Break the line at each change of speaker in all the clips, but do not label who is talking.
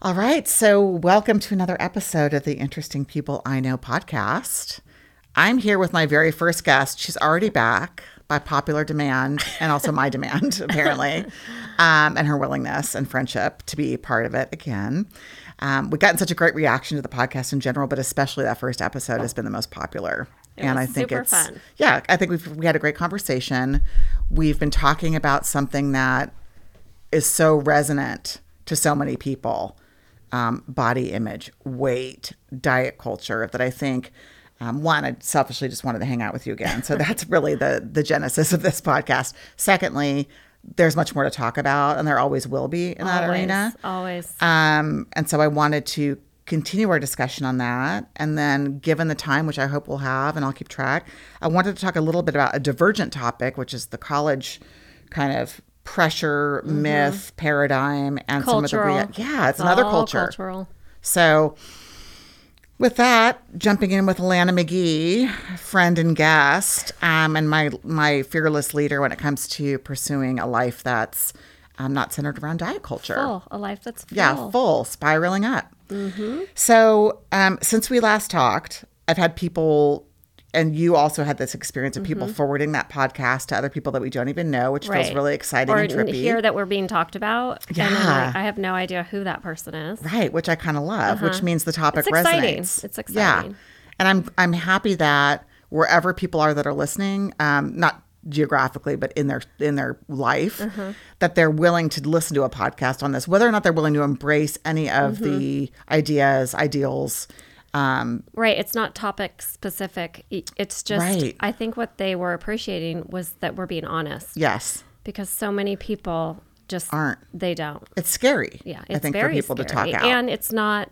All right. So, welcome to another episode of the Interesting People I Know podcast. I'm here with my very first guest. She's already back by popular demand and also my demand, apparently, um, and her willingness and friendship to be part of it again. Um, we've gotten such a great reaction to the podcast in general, but especially that first episode has been the most popular.
It
and I
was
think
super
it's
fun.
yeah, I think we've we had a great conversation. We've been talking about something that is so resonant to so many people um, body image, weight, diet culture that I think. Um, one, I selfishly just wanted to hang out with you again. So that's really the the genesis of this podcast. Secondly, there's much more to talk about, and there always will be in that
always,
arena.
Always.
Um, and so I wanted to continue our discussion on that. And then, given the time, which I hope we'll have, and I'll keep track, I wanted to talk a little bit about a divergent topic, which is the college kind of pressure, myth, paradigm, and some
Mm-hmm. Cultural.
of the. Yeah, it's another
All
culture.
Cultural.
So, with that, jumping in with Alana McGee, friend and guest, um, and my my fearless leader when it comes to pursuing a life that's um, not centered around diet culture.
Full. A life that's full.
Yeah, full, spiraling up.
Mm-hmm.
So, um, since we last talked, I've had people, and you also had this experience of people forwarding that podcast to other people that we don't even know, which feels
Mm-hmm. Right.
really exciting
Or
and trippy.
hear that we're being talked about. Yeah. And I'm like, I have no idea who that person is.
Right, which I kind of love, which means the topic
Uh-huh. It's exciting.
resonates.
It's
Yeah,
exciting.
and I'm I'm happy that wherever people are that are listening, um, not geographically, but in their in their life,
Uh-huh.
that they're willing to listen to a podcast on this, whether or not they're willing to embrace any of the
Mm-hmm.
ideas, ideals. Um,
Right. It's not topic specific. I- It's just,
Right.
I think what they were appreciating was that we're being honest
yes,
because so many people just
Aren't.
They don't.
it's scary.
Yeah.
I
It's
think
very
for people to talk
scary.
out.
And it's not,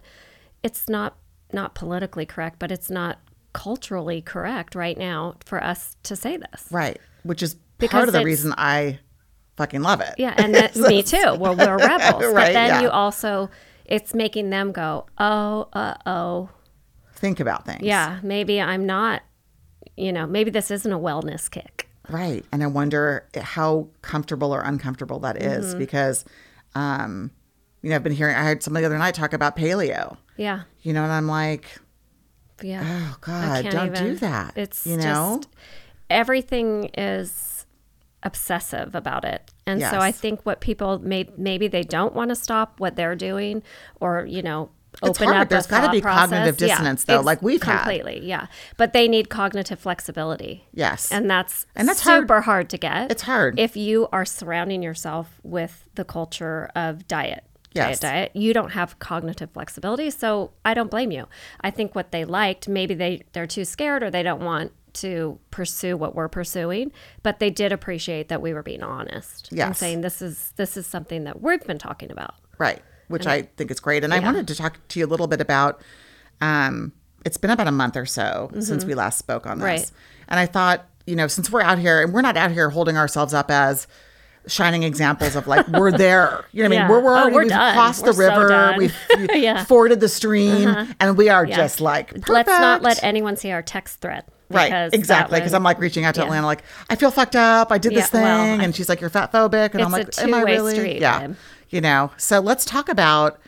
it's not, not politically correct, but it's not culturally correct right now for us to say this.
right, which is part
Because
of the
it's-
reason I fucking love it.
Yeah, and that, me too. Well, we're rebels,
Right,
but then
yeah.
you also it's making them go, oh, uh oh,
Think about things.
yeah, maybe I'm not, you know, maybe this isn't a wellness kick.
Right. And I wonder how comfortable or uncomfortable that is
Mm-hmm.
because, um, you know, I've been hearing, I heard somebody the other night talk about paleo,
Yeah,
you know, and I'm like,
yeah.
oh
I
God,
can't
don't do
even-
that.
It's
you know,
just everything is obsessive about it. And so I
Yes.
think what people may maybe they don't want to stop what they're doing or, you know, open
It's hard.
up.
There's
got
gotta
to
be cognitive dissonance, though, like we've had.
completely, yeah. But they need cognitive flexibility.
Yes.
And that's
And that's hard.
super hard. to get.
It's hard.
If you are surrounding yourself with the culture of diet.
Yes.
Diet, diet, you don't have cognitive flexibility, so I don't blame you. I think what they liked, maybe they they're too scared or they don't want to pursue what we're pursuing, but they did appreciate that we were being honest and
Yes.
saying this is this is something that we've been talking about.
right. Which I think is great. And I wanted to talk to you a little bit about, um, it's been about a month or so since we last spoke on this.
Mm-hmm. Right.
And I thought, you know, since we're out here and we're not out here holding ourselves up as shining examples of like we're there. You know what I mean?
Yeah.
We're, we're
Oh,
already
we're
we've
done.
crossed the
We're so
river.
done.
we've
Yeah. Uh-huh.
forded the stream and we are just like
Let's not
perfect.
let anyone see our text thread.
Right,
because that
exactly. Because
was-
I'm like reaching out to
yeah.
Atlanta, like I feel fucked up. I did this
Yeah,
thing,
well, I-
and she's like, "You're fatphobic," and I'm like,
It's a
"Am I
two-way
really?"
street,
yeah,
babe.
you know. So let's talk about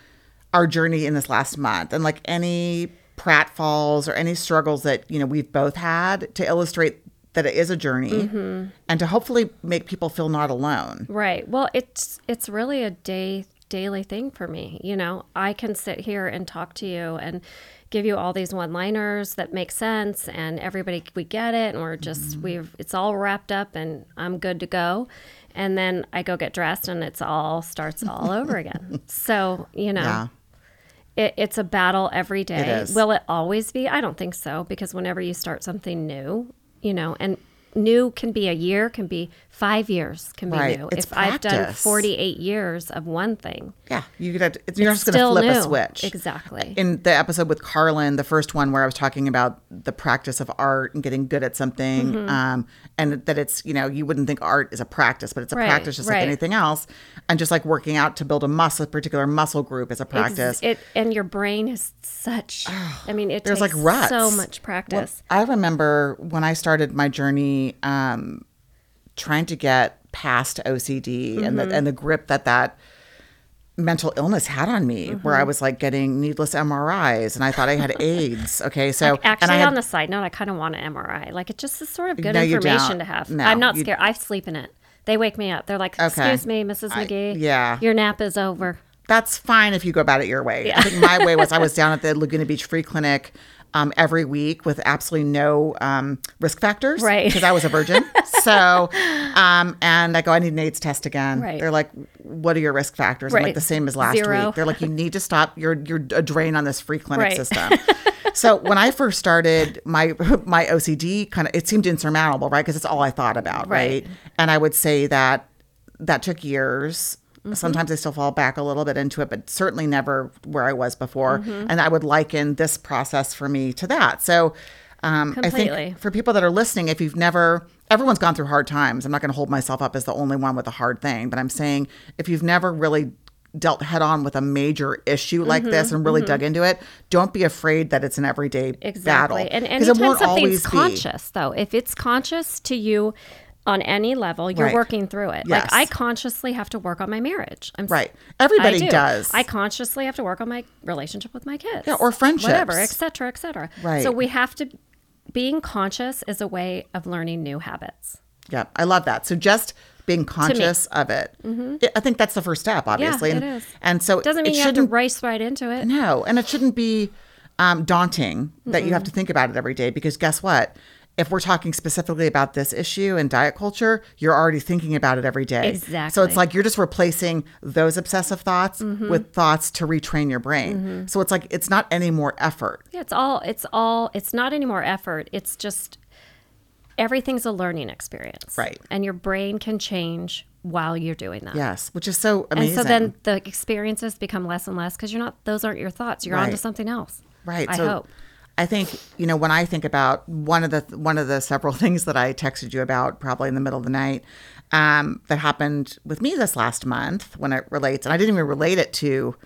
our journey in this last month, and like any pratfalls or any struggles that you know we've both had to illustrate that it is a journey,
Mm-hmm.
and to hopefully make people feel not alone.
Right. Well, it's it's really a day daily thing for me. You know, I can sit here and talk to you and give you all these one-liners that make sense and everybody we get it and we're just
Mm-hmm.
we've it's all wrapped up and I'm good to go. And then I go get dressed and it's all starts all over again. So, you know,
Yeah.
it, it's a battle every day.
is.
Will it always be? I don't think so because whenever you start something new, you know, and new can be a year, can be five years, can be
Right.
new.
It's
if I've done
practice.
48 years of one thing,
Yeah, you could have to, you're just going to
still
flip
new.
a switch.
Exactly.
In the episode with Carlin, the first one where I was talking about the practice of art and getting good at something,
Mm-hmm.
um, and that it's you know you wouldn't think art is a practice, but it's a
Right,
practice just like
right.
anything else, and just like working out to build a muscle, a particular muscle group is a
Ex-
practice.
It, and your brain is such, I mean, it
There's, like,
takes
ruts.
so much
Well,
practice.
I remember when I started my journey um,
Mm-hmm.
trying to get past OCD and the and the grip that that mental illness had on me where
Mm-hmm.
I was like getting needless MRIs and I thought I had AIDS. Okay. So, and
Actually,
I had
on the side note, I kind of want an MRI. Like, it just is sort of good
No, you don't.
information to have.
No,
I'm not
you-
scared. I sleep in it. They wake me up. They're like, "Excuse me, Mrs. McGee.
yeah.
your nap is over."
that's fine if you go about it your way. I think my way was I was down at the Laguna Beach Free Clinic um, every week with absolutely no um, risk factors,
Right.
Because I was a virgin. so, um, and I go, I need an AIDS test again.
Right.
They're like, What are your risk factors? I'm like
Right.
the same as last
Zero.
week. They're like, You need to stop. You're you're a drain on this free clinic
Right.
system. so when I first started my my OCD, kind of it seemed insurmountable, right? Because it's all I thought about,
Right.
right? And I would say that that took years.
Mm-hmm.
Sometimes I still fall back a little bit into it, but certainly never where I was before.
Mm-hmm.
And I would liken this process for me to that. So um, I
Completely.
think for people that are listening, if you've never, everyone's gone through hard times. I'm not going to hold myself up as the only one with a hard thing, but I'm saying if you've never really dealt head on with a major issue like
Mm-hmm.
this and really dug into it, don't be afraid that it's an everyday battle.
Exactly.
'Cause
And
it
anytime
won't
something's
always be.
conscious, though, if it's conscious to you on any level, you're
Right.
working through it.
Yes.
Like I consciously have to work on my marriage. I'm s-
Right.
I
Everybody
do.
does.
I consciously have to work on my relationship with my kids.
Yeah, or
Whatever, et
friendships.
cetera, et cetera.
Right.
So we have to, being conscious is a way of learning new habits.
Yeah, I love that. So just being conscious of it. I- I think that's the first step, obviously.
Mm-hmm. it
and,
is.
and so
Doesn't mean
it
you have
shouldn't
to race right into it.
no, and it shouldn't be um, daunting that you have to think about it every day because guess what? If we're talking specifically about this issue and diet culture, you're already thinking about it every day. So
Exactly. Mm-hmm.
it's like you're just replacing those obsessive thoughts with thoughts to retrain your brain. So it's like it's not any more effort.
Yeah, it's all, it's all, it's not any more effort. It's just everything's a learning experience.
Right.
And your brain can change while you're doing that.
Yes, which is so
And
amazing.
so then the experiences become less and less because you're not, those aren't your thoughts. You're onto
Right.
something else.
Right.
I
so
hope.
I think you know when I think about one of the one of the several things that I texted you about probably in the middle of the night um, that happened with me this last month when it relates, and I didn't even relate it to.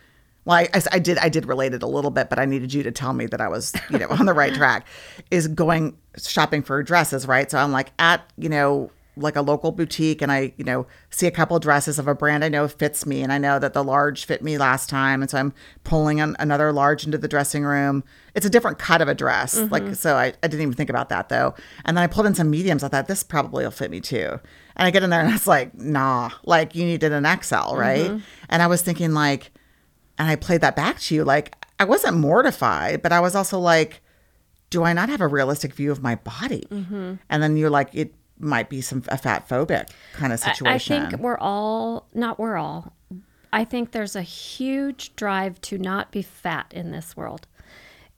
Well, I, I s- I did I did relate it a little bit, but I needed you to tell me that I was you know on the right track. Is going shopping for dresses, right? So I'm like at you know like a local boutique and I, you know, see a couple dresses of a brand I know fits me and I know that the large fit me last time and so I'm pulling an, another large into the dressing room. It's a different cut of a dress. Like so I, I didn't even think about that though. And then I pulled in some mediums. I thought this probably will fit me too. And I get in there and I was like, nah, like you needed an XL, right? And I was thinking like and I played that back to you like I wasn't mortified, but I was also like do I not have a realistic view of my body?
Mm-hmm.
And then you're like, it might be some a fat phobic kind of
I
situation.
think we're all, not we're all, I think there's a huge drive to not be fat in this world.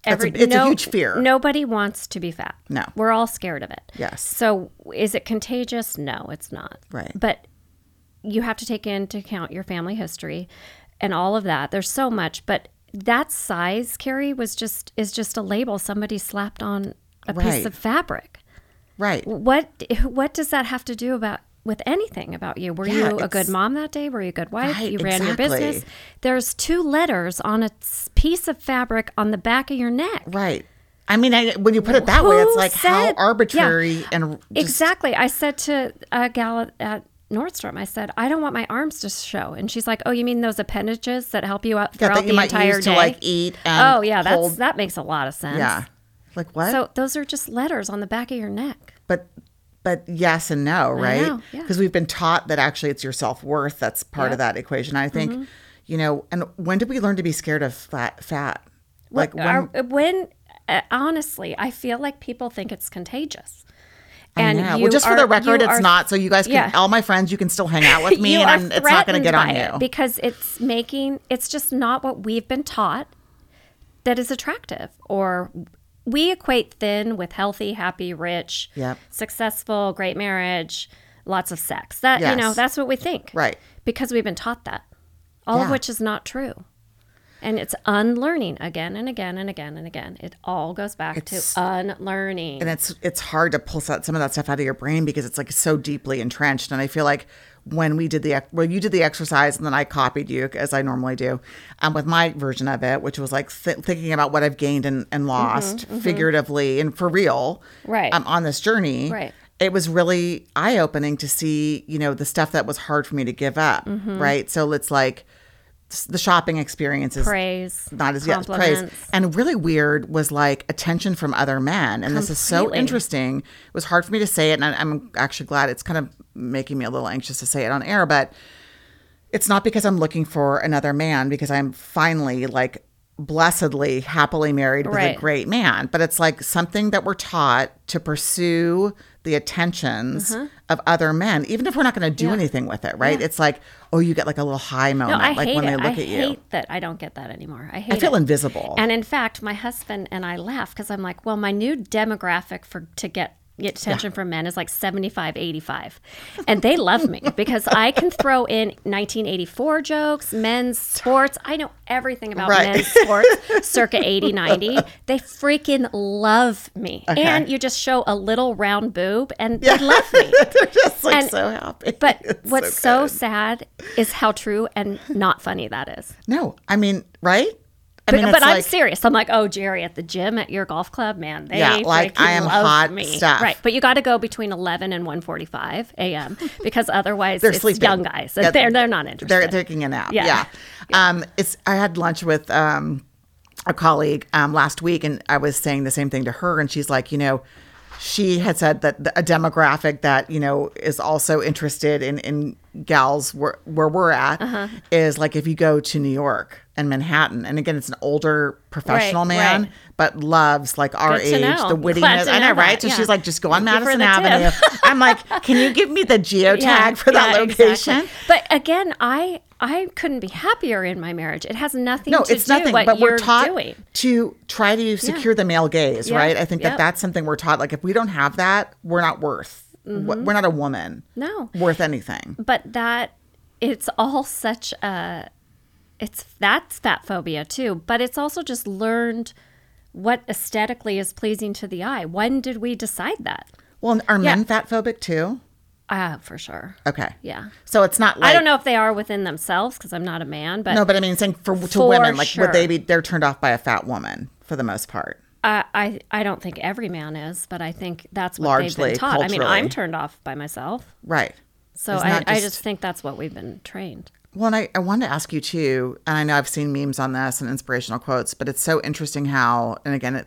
a- it's a huge fear.
Nobody wants to be fat.
No.
We're all scared of it.
Yes.
So is it contagious? No, it's not.
Right.
But you have to take into account your family history and all of that. There's so much, but that size, Carrie, was just is just a label somebody slapped on a
Right.
piece of fabric
right.
what what does that have to do about with anything about you? Were
Yeah,
you a
it's-
good mom that day? Were you a good wife?
Right,
you ran your business.
exactly.
There's two letters on a s- piece of fabric on the back of your neck.
Right. I mean, I, when you put it that way, it's
Who
like how
said-
arbitrary
Yeah.
and just,
Exactly. I said to a gal at- at Nordstrom, I said, I don't want my arms to show. And she's like, Oh, you mean those appendages that help you out
yeah,
throughout
that you
the
might
entire
use
day?
to like eat. And
oh, yeah, that's
hold-
that makes a lot of sense.
yeah. Like what?
So those are just letters on the back of your neck.
but but yes and no, right?
know, yeah.
Because we've been taught that actually it's your self worth that's part of that equation. I
Mm-hmm.
think, you know, and when did we learn to be scared of fat? Fat? Like when?
Are- when uh, honestly, I feel like people think it's contagious. And
Yeah.
you
well, just for
are-
the record,
you
it's
are-
not. So you guys can,
yeah.
all my friends, you can still hang out with me
you
and
are
I'm, it's not going to
threatened
get on
by
you.
it because it's making it's just not what we've been taught that is attractive or we equate thin with healthy, happy, rich,
Yep.
successful, great marriage, lots of sex. That you know,
Yes.
that's what we think.
Right.
Because we've been taught that. All
Yeah.
of which is not true. And it's unlearning again and again and again and again. It all goes back to unlearning.
and it's it's hard to pull out some of that stuff out of your brain because it's like so deeply entrenched and i feel like when we did the ex- well you did the exercise and then i copied you as i normally do um, with my version of it which was like th- thinking about what i've gained and, and lost figuratively and for real
Mm-hmm, Right.
um, on this journey
Right.
it was really
Mm-hmm.
eye-opening to see you know the stuff that was hard for me to give up right so it's like the shopping experience is
praise,
not as yet praise.
compliments.
And really weird was like attention from other men. And this is so
Completely.
interesting. It was hard for me to say it. And I- I'm actually glad it's kind of making me a little anxious to say it on air. But it's not because I'm looking for another man, because I'm finally like blessedly, happily married with
Right.
a great man. But it's like something that we're taught to pursue the attentions
Uh-huh.
of other men, even if we're not going to do anything with it, right? It's like, oh, you get like a little high
No,
moment,
I
like
hate
when
it.
they
I
look at you.
hate that I don't get that anymore. I hate
I feel
it.
invisible.
And in fact, my husband and I laugh because I'm like, well, my new demographic for to get get attention from men is like 75, 85. And they love me because I can throw in 1984 jokes, men's sports. I know everything about
Right.
men's sports circa 80, 90. They freaking love me. And you just show a little round boob and they love me.
They're just like
And-
so happy.
But
It's
what's so,
good.
sad is how true and not funny that is.
no, I mean, right? I
But,
mean,
but
it's
I'm
like-
serious. I'm like, oh, Jerry, at the gym at your golf club, man, they
Yeah, like,
freaking
I am
love
hot
me.
stuff.
Right, but you got to go between 11 and 1:45 a.m. because otherwise it's
sleeping.
young guys.
Yeah.
They're they're not interested.
They're taking a nap. Yeah.
Yeah.
Um, it's. I had lunch with um, a colleague um, last week, and I was saying the same thing to her, and she's like, you know, she had said that the, a demographic that you know is also interested in in gals where where we're at
Uh-huh.
is like if you go to New York and Manhattan, and again, it's an older professional
Right,
man,
right.
but loves like our
Good to
age,
know.
the
Glad
wittiness.
to
I know,
know
right?
that,
So
yeah.
she's like, just go on
Thank you for
Madison
the tip.
Avenue. I'm like, can you give me the geotag for that
yeah,
location?
exactly. But again, I I couldn't be happier in my marriage. It has nothing
no,
to
it's
do
nothing.
what
But
you're
we're taught
doing.
to try to secure the male gaze,
Yeah.
right? I think that
Yep.
that's something we're taught. Like if we don't have that, we're not worth. w-
Mm-hmm.
We're not a woman.
No.
worth anything.
but that it's all such a it's that's fat phobia too but it's also just learned what aesthetically is pleasing to the eye when did we decide that
Well, are men fat phobic too?
ah for sure
Okay.
yeah
So it's not. like...
i don't know if they are within themselves because i'm not a man but,
No, but I mean, saying for to
For
women, like would they
sure.
be? They're turned off by a fat woman for the most part.
I, I i don't think every man is but i think that's what they've
Largely,
been taught i mean
culturally.
i'm turned off by myself
Right.
so
It's
I,
not
I just think that's what we've been trained
Well, and I, I wanted to ask you too, and I know I've seen memes on this and inspirational quotes, but it's so interesting how, and again, it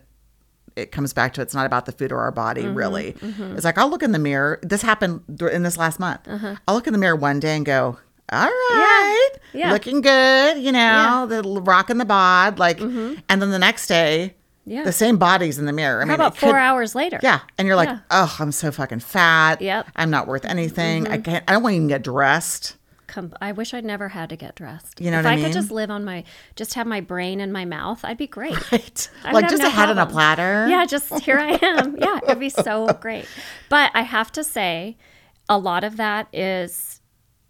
it comes back to it's not about the food or our body,
Mm-hmm,
really. It's like I'll look in the mirror. This happened dur- in this last month.
Uh-huh.
I'll look in the mirror one day and go, "All right,
Yeah.
looking good," you know, the the l- rock in the bod, like, and then the next day,
Mm-hmm. Yeah.
the same body's in the mirror. I
how
mean,
about
it
four
could-
hours later
yeah, and you're like,
Yeah.
"Oh, I'm so fucking fat.
Yep. Mm-hmm.
I'm not worth anything. I can't. I don't want to even get dressed."
com- I wish I'd never had to get dressed.
You know
if
what I
I
mean?
could just live on my, just have my brain and my mouth, I'd be great.
Right.
I would
like
have
just
no
a head on a
problem.
platter.
Yeah, just here I am. Yeah, it'd be so great. But I have to say, a lot of that is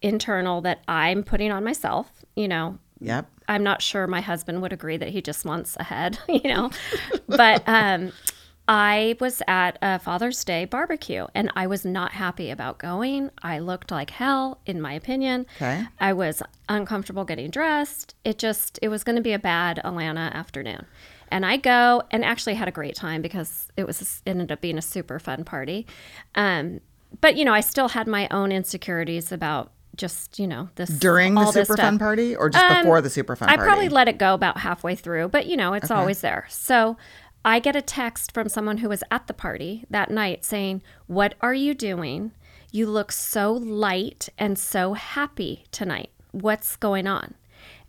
internal that I'm putting on myself. You know,
Yep.
I'm not sure my husband would agree that he just wants a head, you know. but um, I was at a Father's Day barbecue and I was not happy about going. I looked like hell, in my opinion.
Okay.
I was uncomfortable getting dressed. It just, it was going to be a bad Atlanta afternoon. And I go and actually had a great time because it was, it ended up being a super fun party. Um, but, you know, I still had my own insecurities about just, you know, this
During the
all this
super
stuff.
fun party or just before the super fun
I
party?
probably let it go about halfway through, but you know, it's always there. So I get a text from someone who was at the party that night saying, What are you doing? You look so light and so happy tonight. What's going on?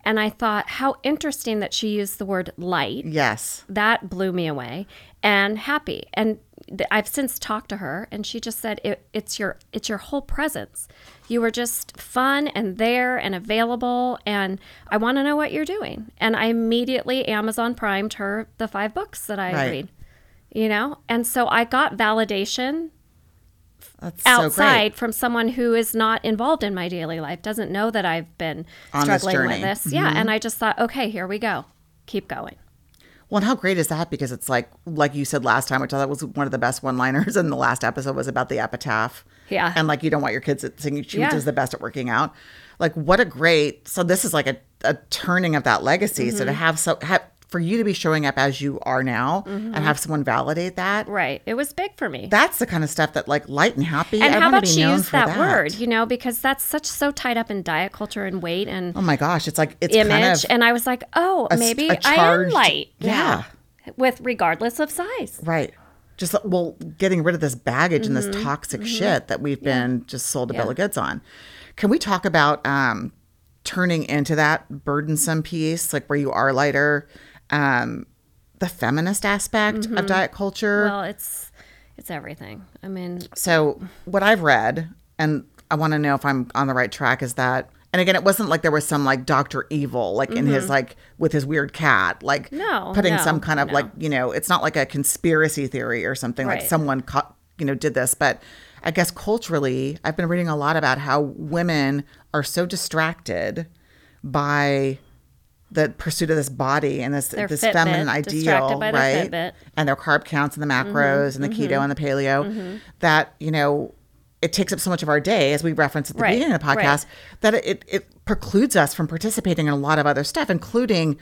And I thought, How interesting that she used the word light
yes.
that blew me away and happy and th- i've since talked to her and she just said it, it's your it's your whole presence you were just fun and there and available and i want to know what you're doing and i immediately amazon primed her the five books that i
Right.
read you know and so i got validation
That's so
outside
great.
from someone who is not involved in my daily life, doesn't know that I've been
On this
struggling
journey. Mm-hmm.
with this. Yeah. And I just thought, okay, here we go. Keep going.
Well, and how great is that? Because it's like, like you said last time, which I thought was one of the best one-liners in the last episode was about the epitaph.
Yeah.
And like, you don't want your kids at singing, she
Yeah.
was the best at working out.
Mm-hmm.
Like what a great, so this is like a, a turning of that legacy. So to have so, have, for you to be showing up as you are now
Mm-hmm.
and have someone validate that.
Right. It was big for me.
That's the kind of stuff that like light and happy.
and
I
how
wanna
about
be
she
known
used
for
that, word, you know, because that's such so tied up in diet culture and weight and
Oh my gosh, it's like it's
image.
kind of
and I was like, oh,
s-
maybe
a
I am
charged-
light. With regardless of size.
right. Just well, getting rid of this baggage and this toxic shit that we've been just sold a bill of goods on. Can we talk about um, turning into that burdensome piece, like where you are lighter? Um, the feminist aspect of diet culture.
Well, it's it's everything. I mean,
So what I've read, and I want to know if I'm on the right track, is that. And again, it wasn't like there was some like Doctor Evil, like in his like with his weird cat, like
Mm-hmm. No,
putting
no,
some kind of
no.
like you know, it's not like a conspiracy theory or something like
Right.
someone caught, you know did this. But I guess culturally, I've been reading a lot about how women are so distracted by the pursuit of this body and this this
Fitbit,
feminine
distracted
ideal,
by their
right?
Fitbit.
and their carb counts and the
Mm-hmm,
macros and the keto and the paleo that you know it takes up so much of our day as we referenced at the
Right,
beginning of the
right.
podcast that it, it precludes us from participating in a lot of other stuff including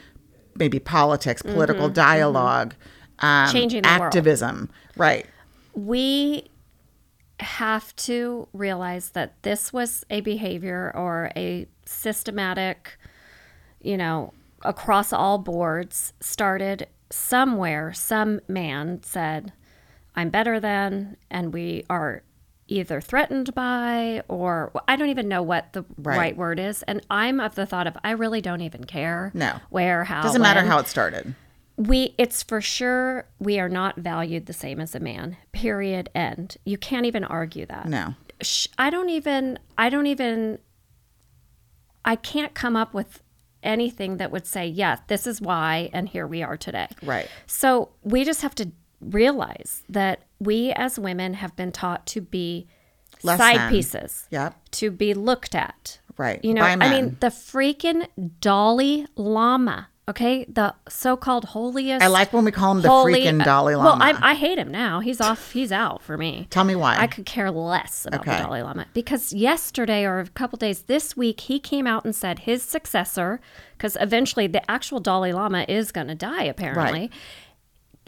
maybe politics political dialog um,
Mm-hmm, Changing the world.
activism right
we have to realize that this was a behavior or a systematic, you know, across all boards started somewhere. Some man said, I'm better than, and we are either threatened by or I don't even know what the right, word is. And I'm of the thought of I really don't even care.
No.
Where, how.
doesn't matter
when
how it started
we it's for sure we are not valued the same as a man period end you can't even argue that
no
Sh- i don't even i don't even i can't come up with anything that would say yes this is why and here we are today
Right.
so we just have to realize that we as women have been taught to be
Less
side
than.
pieces
yep
to be looked at.
Right,
You know,
by
I
men.
mean, the freaking Dalai Lama, okay? The so called holiest.
i like when we call him the
holy- uh,
freaking dalai lama
Well, I, I hate him now. He's off. He's out for me.
tell me why
I could care less about
Okay.
the Dalai Lama because yesterday or a couple days this week he came out and said his successor, because eventually the actual Dalai Lama is going to die apparently.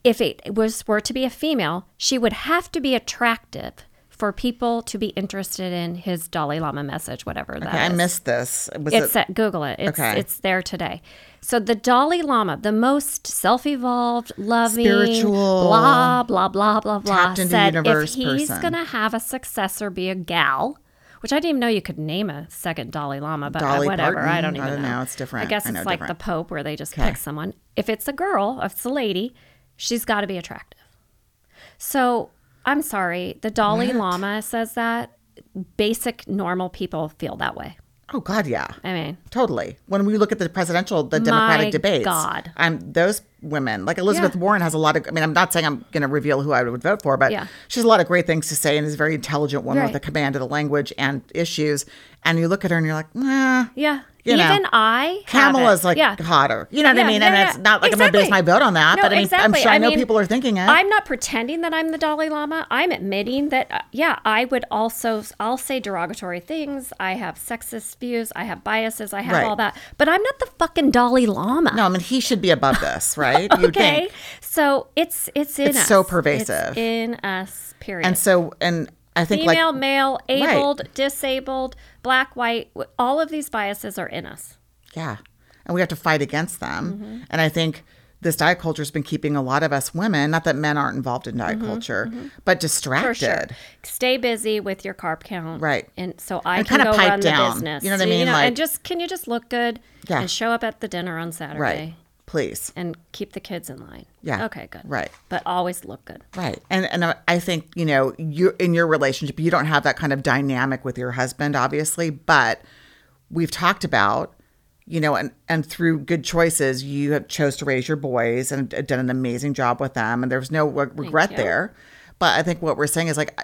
If it was were to be a female, she would have to be attractive for people to be interested in his Dalai Lama message, whatever that is.
I missed this was
It's
it
at, Google it. It's
Okay.
it's there today. So the Dalai Lama, the most self-evolved, loving,
Spiritual,
blah blah blah blah blah,
tapped into
said if
universe
he's
person.
gonna have a successor, be a gal. Which I didn't even know you could name a second Dalai Lama, but uh,
Dalai
whatever. I
Parton?
don't even
I don't
know.
know. It's different.
I guess
I
it's
know
like
different.
the Pope, where they just pick someone. If it's a girl, if it's a lady, she's got to be attractive. So I'm sorry, the Dalai Lama says that. Basic normal people feel that way.
oh god yeah
I mean,
Totally. When we look at the presidential, the Democratic
My
debates,
God.
I'm those women like Elizabeth
Yeah.
Warren has a lot of. I mean, I'm not saying I'm going to reveal who I would vote for, but
Yeah.
she has a lot of great things to say and is a very intelligent woman with
Right.
a command of the language and issues. And you look at her and you're like, nah.
Yeah.
You know.
Even I. have
Kamala's
it.
like
yeah.
hotter. You know what I
Yeah,
mean?
yeah,
and
yeah.
it's not like I'm going to base my
Exactly.
vote on that,
No,
but I mean,
exactly.
I'm sure I,
I
know
mean,
people are thinking it.
I'm not pretending that I'm the Dalai Lama. I'm admitting that, uh, yeah, I would also, I'll say derogatory things. I have sexist views. I have biases. I have
Right.
all that. But I'm not the fucking Dalai Lama.
no, I mean, he should be above this, right? You'd
okay.
think.
So it's, it's in us.
It's so pervasive.
It's in us, period.
And so, and I think like
Female, male, abled, disabled, black, white, w- all of these biases are in us.
Yeah. And we have to fight against them.
Mm-hmm.
And I think this diet culture has been keeping a lot of us women, not that men aren't involved in diet culture, but distracted.
Mm-hmm. For sure. Stay busy with your carb count.
Right.
And so I
And
can
kinda
go
pipe
run
down.
the business.
You know what I mean? Like-
and just can you just look good
Yeah.
and show up at the dinner on Saturday
Right. Please.
and keep the kids in line.
Yeah.
Okay, good.
Right.
But always look good.
Right. And and I- I think, you know, you in your relationship, you don't have that kind of dynamic with your husband, obviously, but we've talked about, you know, and and through good choices, you have chose to raise your boys and done an amazing job with them and there's no re- regret
you.
there. But I think what we're saying is like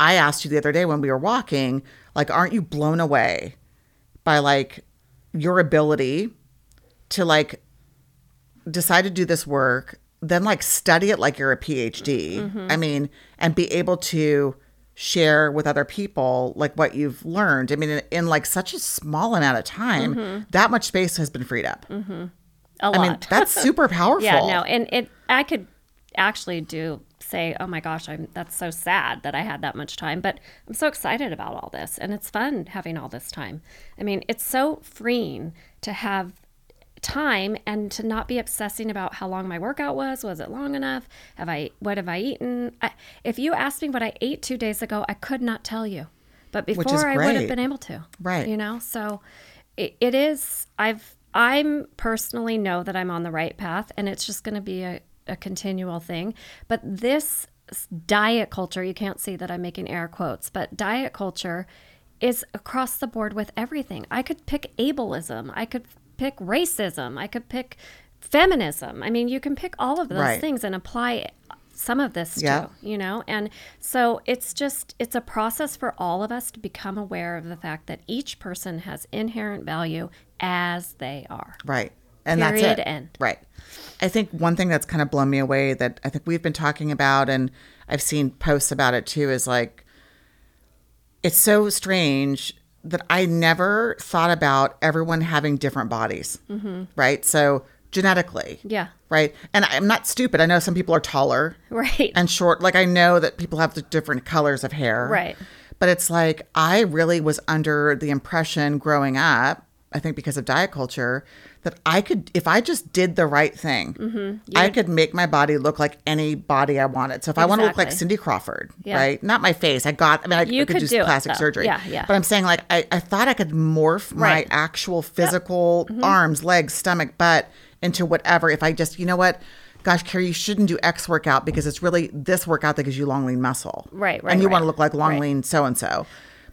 I I asked you the other day when we were walking, like aren't you blown away by like your ability to like decide to do this work, then like study it like you're a PhD.
Mm-hmm.
I mean, and be able to share with other people like what you've learned. I mean, in, in like such a small amount of time, that much space has been freed up.
a Mm-hmm. lot.
I mean, that's super powerful.
yeah, no, and it I could actually do say, oh my gosh, I'm that's so sad that I had that much time, but I'm so excited about all this, and it's fun having all this time. I mean, it's so freeing to have time and to not be obsessing about how long my workout was was it long enough have i what have i eaten I, if you asked me what i ate two days ago i could not tell you but
is
before i would have
great.
been able to
Right.
you know so it, it is i've i'm personally know that i'm on the right path and it's just going to be a, a continual thing but this s- diet culture you can't see that i'm making air quotes but diet culture is across the board with everything i could pick ableism i could pick racism i could pick feminism i mean you can pick all of those
Right.
things and apply some of this
Yeah.
to you know and so it's just it's a process for all of us to become aware of the fact that each person has inherent value as they are
Right. And that's
Period,
it.
end.
Right. I think one thing that's kind of blown me away that I think we've been talking about and I've seen posts about it too is like it's so strange that I never thought about everyone having different bodies. Right. So genetically.
Mm-hmm. Yeah.
Right. And I'm not stupid. I know some people are taller
right
and short. Like I know that people have the different colors of hair.
Right.
But it's like I really was under the impression growing up, I think because of diet culture, that I could if I just did the right thing,
Mm-hmm.
I could make my body look like any body I wanted. So if I want to look like
Exactly.
Cindy Crawford,
Yeah.
right? Not my face. I got I mean I,
You
I could,
could
do,
do it,
plastic
though.
surgery.
Yeah, yeah.
But I'm saying like I, I thought I could morph
Right. Mm-hmm.
my actual physical arms, legs, stomach, butt into whatever if I just you know what Gosh, Carrie, you shouldn't do X workout because it's really this workout that gives you long lean muscle.
Right, right,
And you
right.
want to look like long
Right.
lean so and so.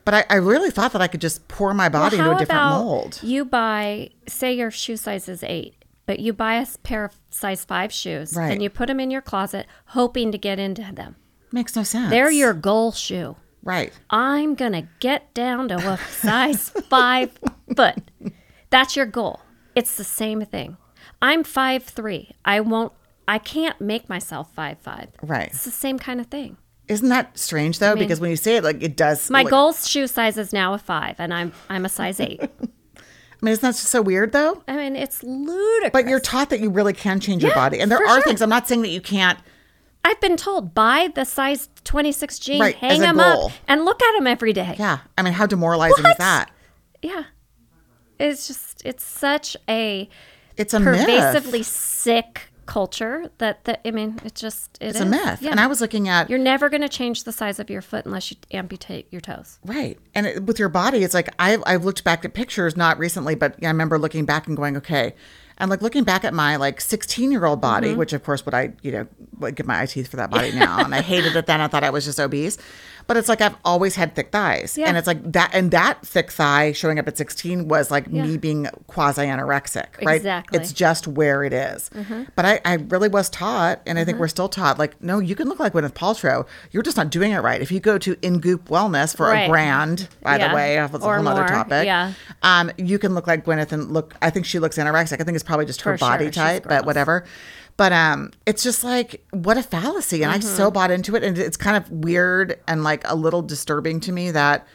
But I, I really thought that I could just pour my body into
Well, how
a different
about
mold.
You buy, say your shoe size is eight, but you buy a s- pair of size five shoes
Right.
and you put them in your closet, hoping to get into them.
Makes no sense.
They're your goal shoe.
right.
I'm gonna get down to a size five foot. That's your goal. It's the same thing. I'm five three. I won't. I can't make myself five five.
Right.
It's the same kind of thing.
Isn't that strange though? because when you say it, like it does.
My
like-
goal shoe size is now a five, and I'm I'm a size eight.
I mean, isn't that just so weird though?
I mean, it's ludicrous.
But you're taught that you really can change your body, and there
for
are
sure.
things. I'm not saying that you can't.
I've been told buy the size 26 jean,
Right, as
hang
a
them
goal.
up, and look at them every day. Yeah.
Yeah. I mean, how demoralizing is
What?
that?
It's just, it's such a
It's a myth.
pervasively sick culture that, that, I mean, it just, it
It's
is.
a myth.
Yeah.
And I was looking at
You're never going to change the size of your foot unless you amputate your toes.
Right. And it, with your body, it's like I've, I've looked back at pictures, not recently, but I remember looking back and going, okay. And like looking back at my like 16 year old
Mm-hmm.
body, which of course would I, you know, would give my eye teeth for that body now. And I hated it then. I thought I was just obese. But it's like I've always had thick thighs.
Yeah.
And it's like that, and that thick thigh showing up at 16 was like me
Yeah.
being quasi anorexic, right?
Exactly.
It's just where it is.
Mm-hmm.
But I, I really was taught, and I think we're still taught, like, no, you can look like Gwyneth Paltrow. You're just not doing it right. If you go to Ingoop Wellness for a
Right.
grand, by the
Yeah.
way, if it's a
Or
whole other
more,
topic.
yeah.
Um, you can look like Gwyneth and look, I think she looks anorexic. I think it's probably just her
For sure,
body
she's
type, but
gross.
whatever. But um, it's just like, what a fallacy. And
Mm-hmm.
I so bought into it. And it's kind of weird and like a little disturbing to me that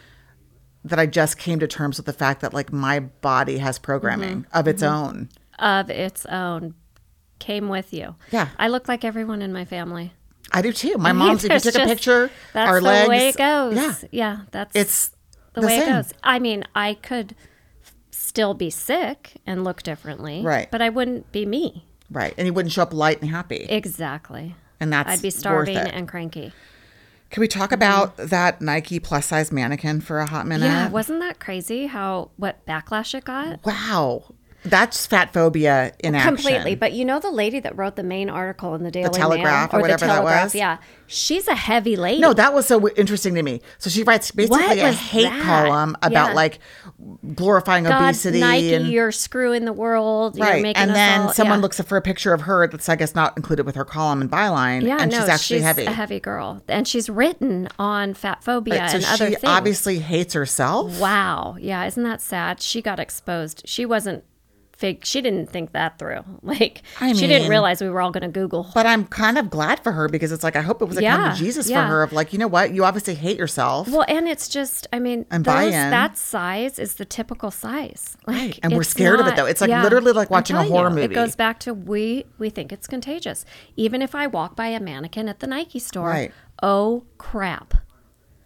that I just came to terms with the fact that like my body has programming
Mm-hmm.
of its own.
Of its own came with you.
Yeah.
I look like everyone in my family.
I do too. My mom's, if you
There's
took a
just-
picture,
that's
our
the
legs.
way it goes.
Yeah.
Yeah. That's
It's
the,
the
way
same.
it goes. I mean, I could f- still be sick and look differently,
Right.
But I wouldn't be me.
Right. And you wouldn't show up light and happy.
Exactly.
and that's
I'd be
worth
starving
it.
and cranky.
Can we talk about that Nike plus size mannequin for a hot minute?
Yeah, wasn't that crazy? How what backlash it got?
Wow. That's fat phobia in action.
Completely. But you know the lady that wrote the main article in the Daily Mail
Telegraph or whatever
the
that
Telegraph,
was?
Yeah, she's a heavy lady.
No, that was so w- interesting to me. So she writes basically a
was
hate
that?
column about
Yeah.
like glorifying
God,
obesity
Nike,
and
you're screwing the world. You're
right.
making
And
us
then
all,
someone
yeah.
looks for a picture of her that's I guess not included with her column and byline.
Yeah,
and
no,
she's actually
she's
heavy.
a heavy girl, and she's written on fat phobia
so
and
she
other things.
obviously hates herself.
Wow. Yeah. Isn't that sad? She got exposed. She wasn't fig she didn't think that through. Like
I
she didn't
mean-
realize we were all going to Google.
But I'm kind of glad for her because it's like I hope it was a
Yeah,
come to Jesus
yeah.
for her of like, you know what, you obviously hate yourself.
Well, and it's just I mean
And
those-
buy-in.
that size is the typical size. Like,
Right, and we're
it's
scared of it, though. It's like literally like
I'm
watching a
telling
horror
you,
movie.
It goes back to we we think it's contagious. Even if I walk by a mannequin at the Nike store,
Right.
oh crap.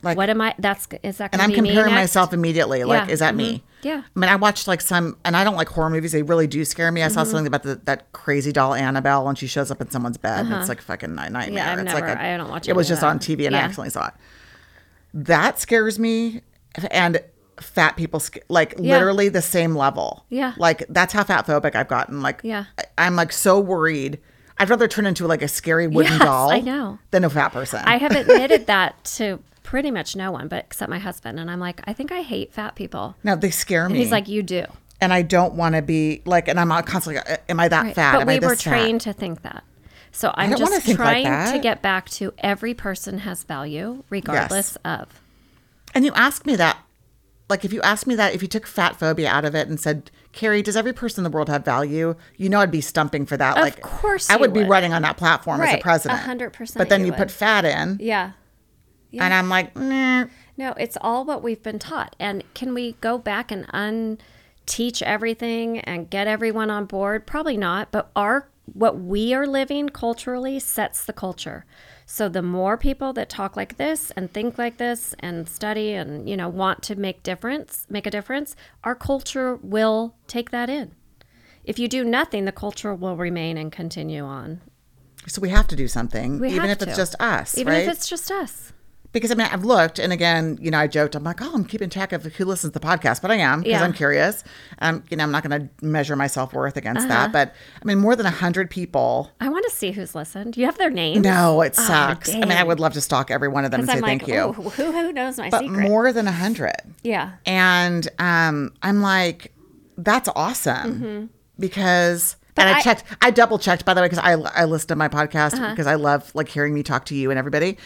Like-
what am I that's is that
and
gonna
I'm
be me
comparing
next?
myself immediately. Like,
Yeah, Mm-hmm.
is that me?
Yeah.
I mean, I watched like some, and I don't like horror movies. They really do scare me. I
Mm-hmm.
saw something about the, that crazy doll Annabelle, and she shows up in someone's bed, and it's like fucking night- nightmare.
Uh-huh. Yeah, I've
it's like
never- I don't watch
It was
any
just
of that.
on TV, and I
Yeah.
accidentally saw it. That scares me, and fat people sc- like
Yeah.
literally the same level.
Yeah.
like that's how fat phobic I've gotten. Like,
Yeah.
I, am like so worried. I'd rather turn into like a scary wooden
Yes,
doll.
I know.
than a fat person.
I have admitted that to pretty much no one, but except my husband. And I'm like, I think I hate fat people.
now they scare me.
And he's like, you do.
and I don't want to be like, and I'm not constantly, uh, am I that fat?
But
am
we
I this
were
fat?
trained to think that. So I'm
don't wanna
just
think like
trying to
that.
get back to every person has value, regardless of.
And you asked me that, like, if you asked me that, if you took fat phobia out of it and said, Carrie, does every person in the world have value? You know, I'd be stumping for that. Of like,
course
I
you
would be
would.
running on that platform as
Right,
a president.
100%
But then
you
you,
would.
put fat in,
Yeah.
and I'm like, nah.
No, it's all what we've been taught. And can we go back and unteach everything and get everyone on board? Probably not, but our what we are living culturally sets the culture. So the more people that talk like this and think like this and study and you know want to make difference, make a difference, our culture will take that in. If you do nothing, the culture will remain and continue on.
So we have to do something,
We
even
have
if it's
to.
just us,
Even
right?
if it's just us.
because I mean, I've looked, and again, you know, I joked, I'm like, oh, I'm keeping track of who listens to the podcast, but I am because
Yeah.
I'm curious. Um, you know, I'm not going to measure my self worth against
Uh-huh.
that, but I mean, more than hundred people.
I want to see who's listened. You have their names?
No, it sucks. I mean, I
Oh, dang.
would love to stalk every one of them and say
I'm like,
thank you,
"Ooh, who, who knows my
but
secret?
more than hundred.
yeah.
And um, I'm like, that's awesome because. and I,
Mm-hmm. I- Uh-huh.
checked, I double checked, by the way, because I, I listened to my podcast because I love like hearing me talk to you and everybody.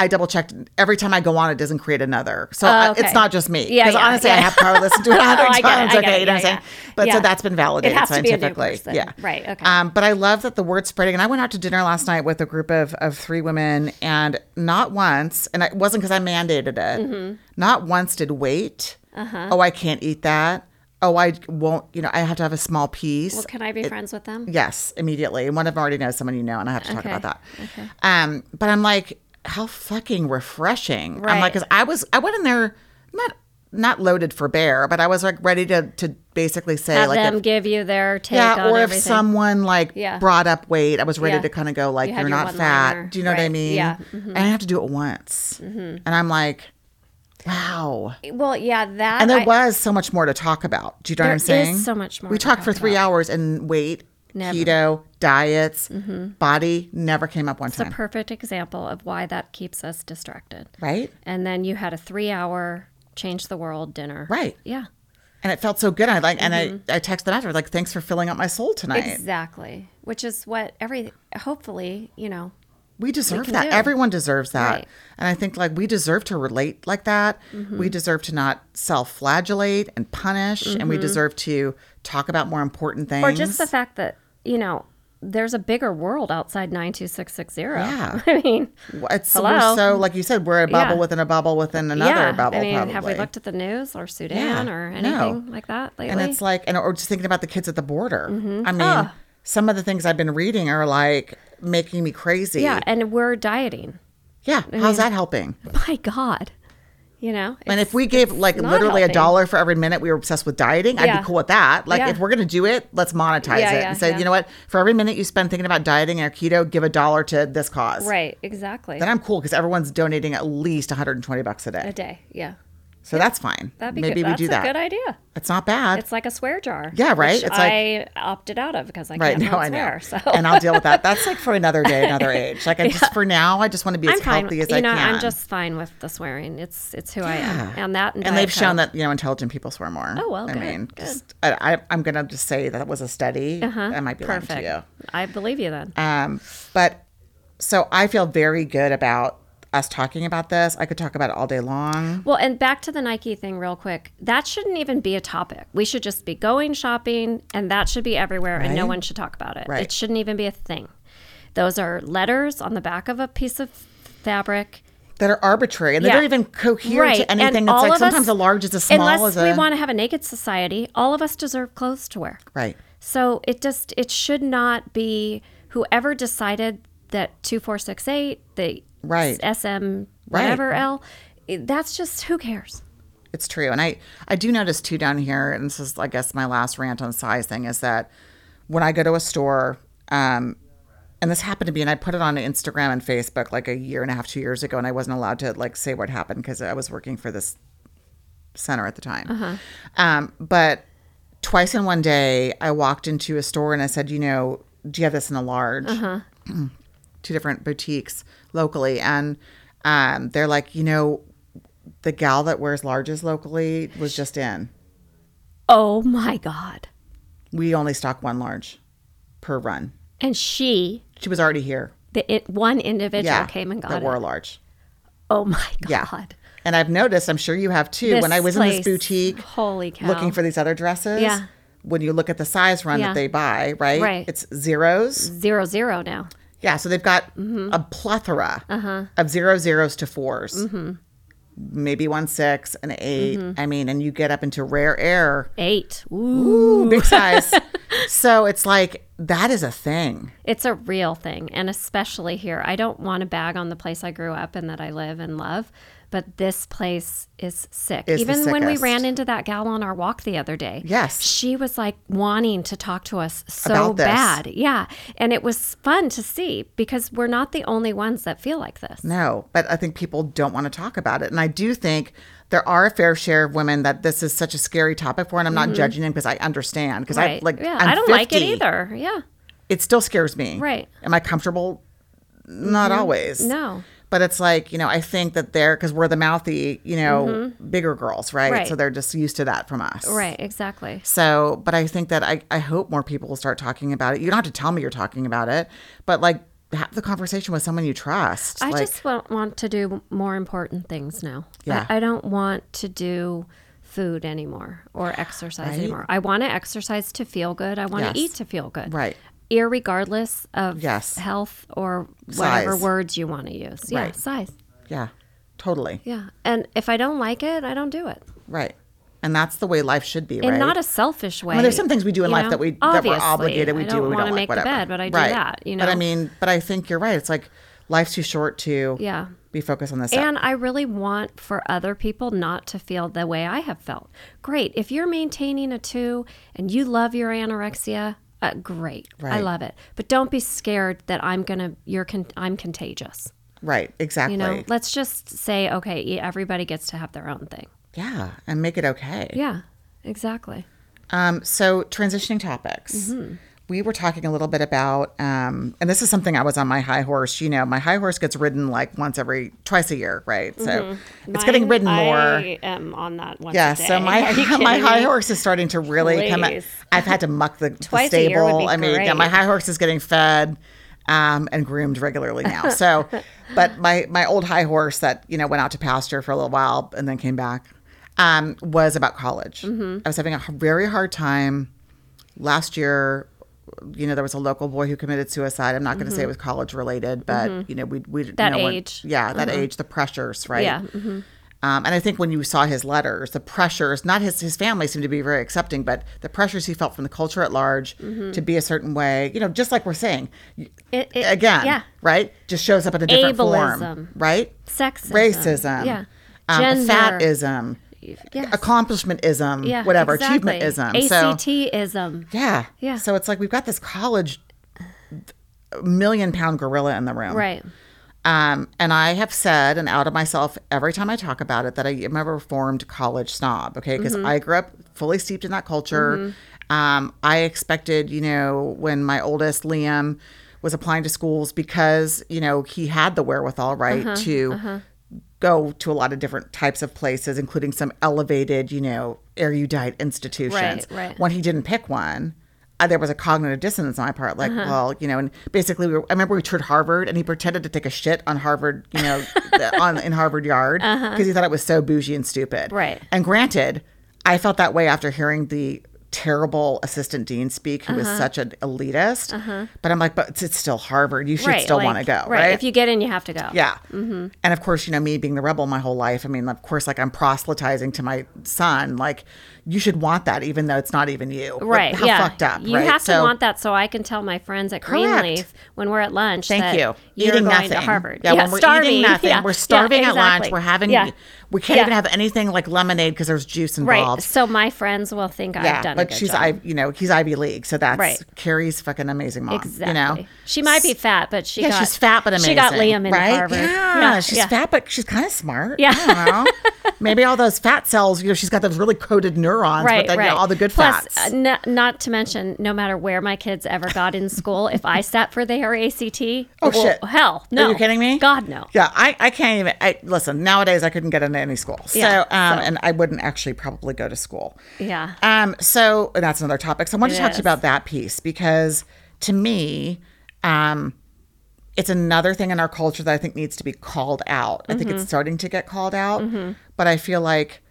I double checked every time I go on, it doesn't create another. So I-
Oh, okay.
it's not just me.
Yeah,
Because
yeah,
honestly, I
yeah.
have probably listened to it a
Oh,
hundred
I get it,
times.
I get
okay.
it,
You know
yeah,
what I'm saying?
yeah.
But
Yeah.
so that's been validated
It has to be a new
scientifically.
person.
yeah.
Right, okay.
Um, but I love that the word spreading. And I went out to dinner last night with a group of, of three women, and not once, and it wasn't because I mandated it,
Mm-hmm.
not once did wait.
Uh-huh.
Oh, I can't eat that. Oh, I won't, you know, I have to have a small piece.
Well, can I be friends with them?
Yes, immediately. And one of them already knows someone you know, and I have to talk
Okay.
about that. Um, but I'm like, how fucking refreshing. I'm
Right.
like, because I was, I went in there not not loaded for bear, but I was like ready to to basically say
Have
like,
them
if,
give you their take
yeah,
on
or if
everything.
someone like
Yeah.
brought up weight, I was ready
Yeah.
to kind of go like,
You
you are
had your
not fat.
one-liner.
Do you know what I
Right.
mean?
Yeah. Mm-hmm.
And I have to do it once, and I'm like, wow.
well, yeah, that
And there
I-
was so much more to talk about. Do you know what
There
I'm saying?
is so much more
We
to
talked for
talk
three hours and weight,
Never. Mm-hmm.
keto, diets, body never came up one
it's a
time.
perfect example of why that keeps us distracted.
right?
And then you had a three-hour change the world dinner.
Right.
Yeah.
And it felt so good. I like, and
Mm-hmm.
I, I texted them after, like, thanks for filling up my soul tonight.
Exactly. Which is what every hopefully you know.
we deserve
can
that.
do.
Everyone deserves that.
Right. Mm-hmm.
And I think like we deserve to relate like that. We deserve to not self-flagellate and punish, and we deserve to talk about more important things.
Mm-hmm. Or just uh, the fact that you know there's a bigger world outside nine two six six zero.
Yeah.
I mean.
it's we're
Hello?
so like you said, we're a bubble
Yeah.
within a bubble within another bubble.
I mean,
probably.
have we looked at the news or Sudan
Yeah,
or
no.
anything like that lately?
And it's like, and or just thinking about the kids at the border. I mean,
Ugh.
some of the things I've been reading are like making me crazy.
yeah, and we're dieting.
Yeah. How's that helping?
My God, you know,
And
it's-
if we gave like
not
literally a
helping.
dollar for every minute we were obsessed with dieting, I'd
Yeah.
be cool with that. Like,
Yeah.
if we're going to do it, let's monetize
Yeah,
it
yeah,
and say,
yeah.
you know what? For every minute you spend thinking about dieting or keto, give a dollar to this cause.
right, exactly,
Then I'm cool because everyone's donating at least 120 bucks a day.
a day, yeah,
So that's fine.
that'd be
Maybe
good.
we
That's
do
a
that.
good idea.
It's not bad.
It's like a swear jar.
Yeah, right?
which
It's like-
I opted out of because I
Right.
can't
No, I know.
swear. So
And I'll deal with that. That's like for another day, another age. Like I just for now, I just want to be as
I'm fine.
healthy as
you
I
know,
can.
I'm just fine with the swearing. It's it's who I am,
Yeah.
and that, and,
and they've
Diet
shown
Coke.
that you know intelligent people swear more.
uh, Oh, well,
I
good,
mean,
good. Uh-huh.
just I, I, I'm gonna just say that was a study. I might be lying
perfect.
to
I believe you then.
you. Um, but so I feel very good about us talking about this. I could talk about it all day long.
Well, and back to the Nike thing, real quick. That shouldn't even be a topic. We should just be going shopping, and that should be everywhere, and no
Right.
one should talk about it.
Right.
It shouldn't even be a thing. Those are letters on the back of a piece of fabric.
That are arbitrary and they
Yeah.
don't even cohere
Right,
to
and
anything.
all
It's like
of us-
sometimes a large is a small
Unless
is a
we want to have a naked society, all of us deserve clothes to wear.
right.
So it just it should not be whoever decided that two four six eight the
Right.
SM whatever L. it- That's just who cares.
It's true. And I, I do notice too down here, and this is, I guess, my last rant on size thing is that when I go to a store, um, and this happened to me, and I put it on Instagram and Facebook like a year and a half, two years ago, and I wasn't allowed to like say what happened because I was working for this center at the time. Um, but twice in one day, I walked into a store and I said, you know, do you have this in a large? Two different boutiques locally, and um, they're like, you know, the gal that wears larges locally was just in.
Oh my god!
We only stock one large per run.
And she
She was already here.
the it, one individual
Yeah,
came and got
that wore a
it.
large.
Oh my god!
Yeah. And I've noticed, I'm sure you have too, when I was in this
place-
boutique
holy cow,
looking for these other dresses,
Yeah.
when you look at the size run
Yeah.
that they buy, right?
Right.
It's zeros.
zero zero now.
Yeah, so they've got
Mm-hmm.
a plethora
Uh-huh.
of zero zeros to 4s
Mm-hmm.
maybe one six, an 8 I mean, and you get up into rare air,
Eight. Ooh.
ooh, big size. so it's like that is a thing.
It's a real thing, and especially here. I don't want to bag on the place I grew up and that I live and love, but this place is sick.
Is the
Even when we
sickest.
ran into that gal on our walk the other day,
Yes.
she was like wanting to talk to us so
About this.
bad. Yeah, and it was fun to see because we're not the only ones that feel like this.
No, but I think people don't want to talk about it. And I do think there are a fair share of women that this is such a scary topic for, and I'm not judging them because I understand. Because I like,
Mm-hmm. yeah,
I'm
I don't like it
50.
either. Yeah,
It still scares me.
Right. Mm-hmm.
Am I comfortable? Not always.
no.
But it's like, you know, I think that they're, because we're the mouthy, you know, bigger girls, right?
Mm-hmm. Right.
So they're just used to that from us.
Right, exactly.
So, but I think that I, I hope more people will start talking about it. You don't have to tell me you're talking about it, but like have the conversation with someone you trust.
I
like,
just want, want to do more important things now.
Yeah.
I, I don't want to do food anymore or exercise
Right?
anymore. I want to exercise to feel good. I want
Yes.
to eat to feel good.
Right.
Irregardless of
Yes.
health or whatever
Size.
words you want to use. Yeah,
Right.
size.
yeah, totally.
Yeah. And if I don't like it, I don't do it.
Right. And that's the way life should be,
In
right?
not a selfish way.
I mean, there's some things we do in
you
life
know?
that we that we're
Obviously,
obligated we
I
do
don't
we
want
don't
to make
like whatever.
the bed, but I do
Right.
that, you know.
But I mean, but I think you're right. It's like life's too short to
Yeah.
be focused on this.
And I really want for other people not to feel the way I have felt. Great. If you're maintaining a two and you love your anorexia, uh, great. I
Right.
love it. But don't be scared that I'm gonna you're con- I'm contagious.
right, exactly.
You know, let's just say okay. e- Everybody gets to have their own thing.
yeah, and make it okay.
Yeah, exactly.
Um, so transitioning topics. We were talking a little bit about, um, and this is something I was on my high horse. You know, my high horse gets ridden like once every, twice a year, right? So
Mm-hmm.
it's getting ridden more.
am on that one.
Yeah, so my my high horse is starting to really come. out.
Please.
I've had to muck the, the
Twice a year
stable.
would be
I mean, yeah,
great.
my high horse is getting fed um, and groomed regularly now. So, but my my old high horse that you know went out to pasture for a little while and then came back um, was about college.
Mm-hmm.
I was having a h- very hard time last year. You know, there was a local boy who committed suicide. I'm not going to say it was college related, but you know, we we
Mm-hmm. That
no one-
age.
yeah, that age, the pressures, right?
Uh-huh. Yeah, mm-hmm.
Um, and I think when you saw his letters, the pressures, not his, his family seemed to be very accepting, but the pressures he felt from the culture at large
Mm-hmm.
to be a certain way, you know, just like we're saying, y-
It- it-
again,
yeah.
right? Just shows up in a different
Ableism.
form, right?
Sexism.
Racism,
Yeah.
um,
Gender.
fatism,
Yes.
accomplishmentism, whatever, achievementism. So,
ACT-ism.
yeah.
Yeah.
So it's like we've got this college million pound gorilla in the room.
Right.
Um, and I have said and outed myself every time I talk about it that I am a reformed college snob, okay? Because
Mm-hmm.
I grew up fully steeped in that culture. Um, I expected, you know, when my oldest, Liam, was applying to schools because, you know, he had the wherewithal, right,
Uh-huh,
to go to a lot of different types of places, including some elevated, you know, erudite institutions.
Right, right.
When he didn't pick one, I, there was a cognitive dissonance on my part. Like,
Uh-huh.
well, you know, and basically, we were, I remember we toured Harvard, and he pretended to take a shit on Harvard, you know, the- on in Harvard Yard because he thought it was so bougie and stupid.
Uh-huh. Right.
And granted, I felt that way after hearing the terrible assistant dean speak, who was
Uh-huh.
such an elitist. But I'm like, but it's, it's still Harvard. You should
right.
still
like-
want to go, right?
If you get in, you have to go.
Yeah.
Mm-hmm.
And of course, you know, me being the rebel my whole life, I mean, of course, like I'm proselytizing to my son, like, you should want that even though it's not even you. Like,
Right.
how
yeah.
fucked up.
You
right?
have to
So-
want that so I can tell my friends at Greenleaf when we're at lunch
Thank
that
you.
you're
eating
going
nothing.
to Harvard.
Yeah, when we're
starving.
eating nothing,
Yeah.
we're starving
Yeah,
at lunch.
exactly.
We're having
Yeah.
we can't
Yeah.
even have anything like lemonade because there's juice involved.
Right. So my friends will think
yeah,
I've done a
but
good
she's
job.
I you know he's Ivy League, so that's
Right.
Carrie's fucking amazing mom.
Exactly.
You know,
She might be fat, but she
yeah,
got
she's fat but amazing.
She got Liam in
right?
Harvard.
Yeah, she's
yeah.
fat but she's kind of smart.
Yeah.
I don't know. Maybe all those fat cells, you know, she's got those really coated neurons,
Right,
but then you
right.
know, all the good
Plus,
fats.
uh, n- not to mention, no matter where my kids ever got in school, if I sat for their ACT,
Oh,
well,
shit.
hell,
Are
no,
you kidding me?
God, no.
Yeah, I, I can't even. I, listen, nowadays I couldn't get into any school. So,
Yeah,
um, and I wouldn't actually probably go to school.
Yeah.
Um, so and that's another topic. So I want to
It
talk to you
is.
about that piece because to me, um, it's another thing in our culture that I think needs to be called out. I think it's
Mm-hmm.
starting to get called out, but I feel like,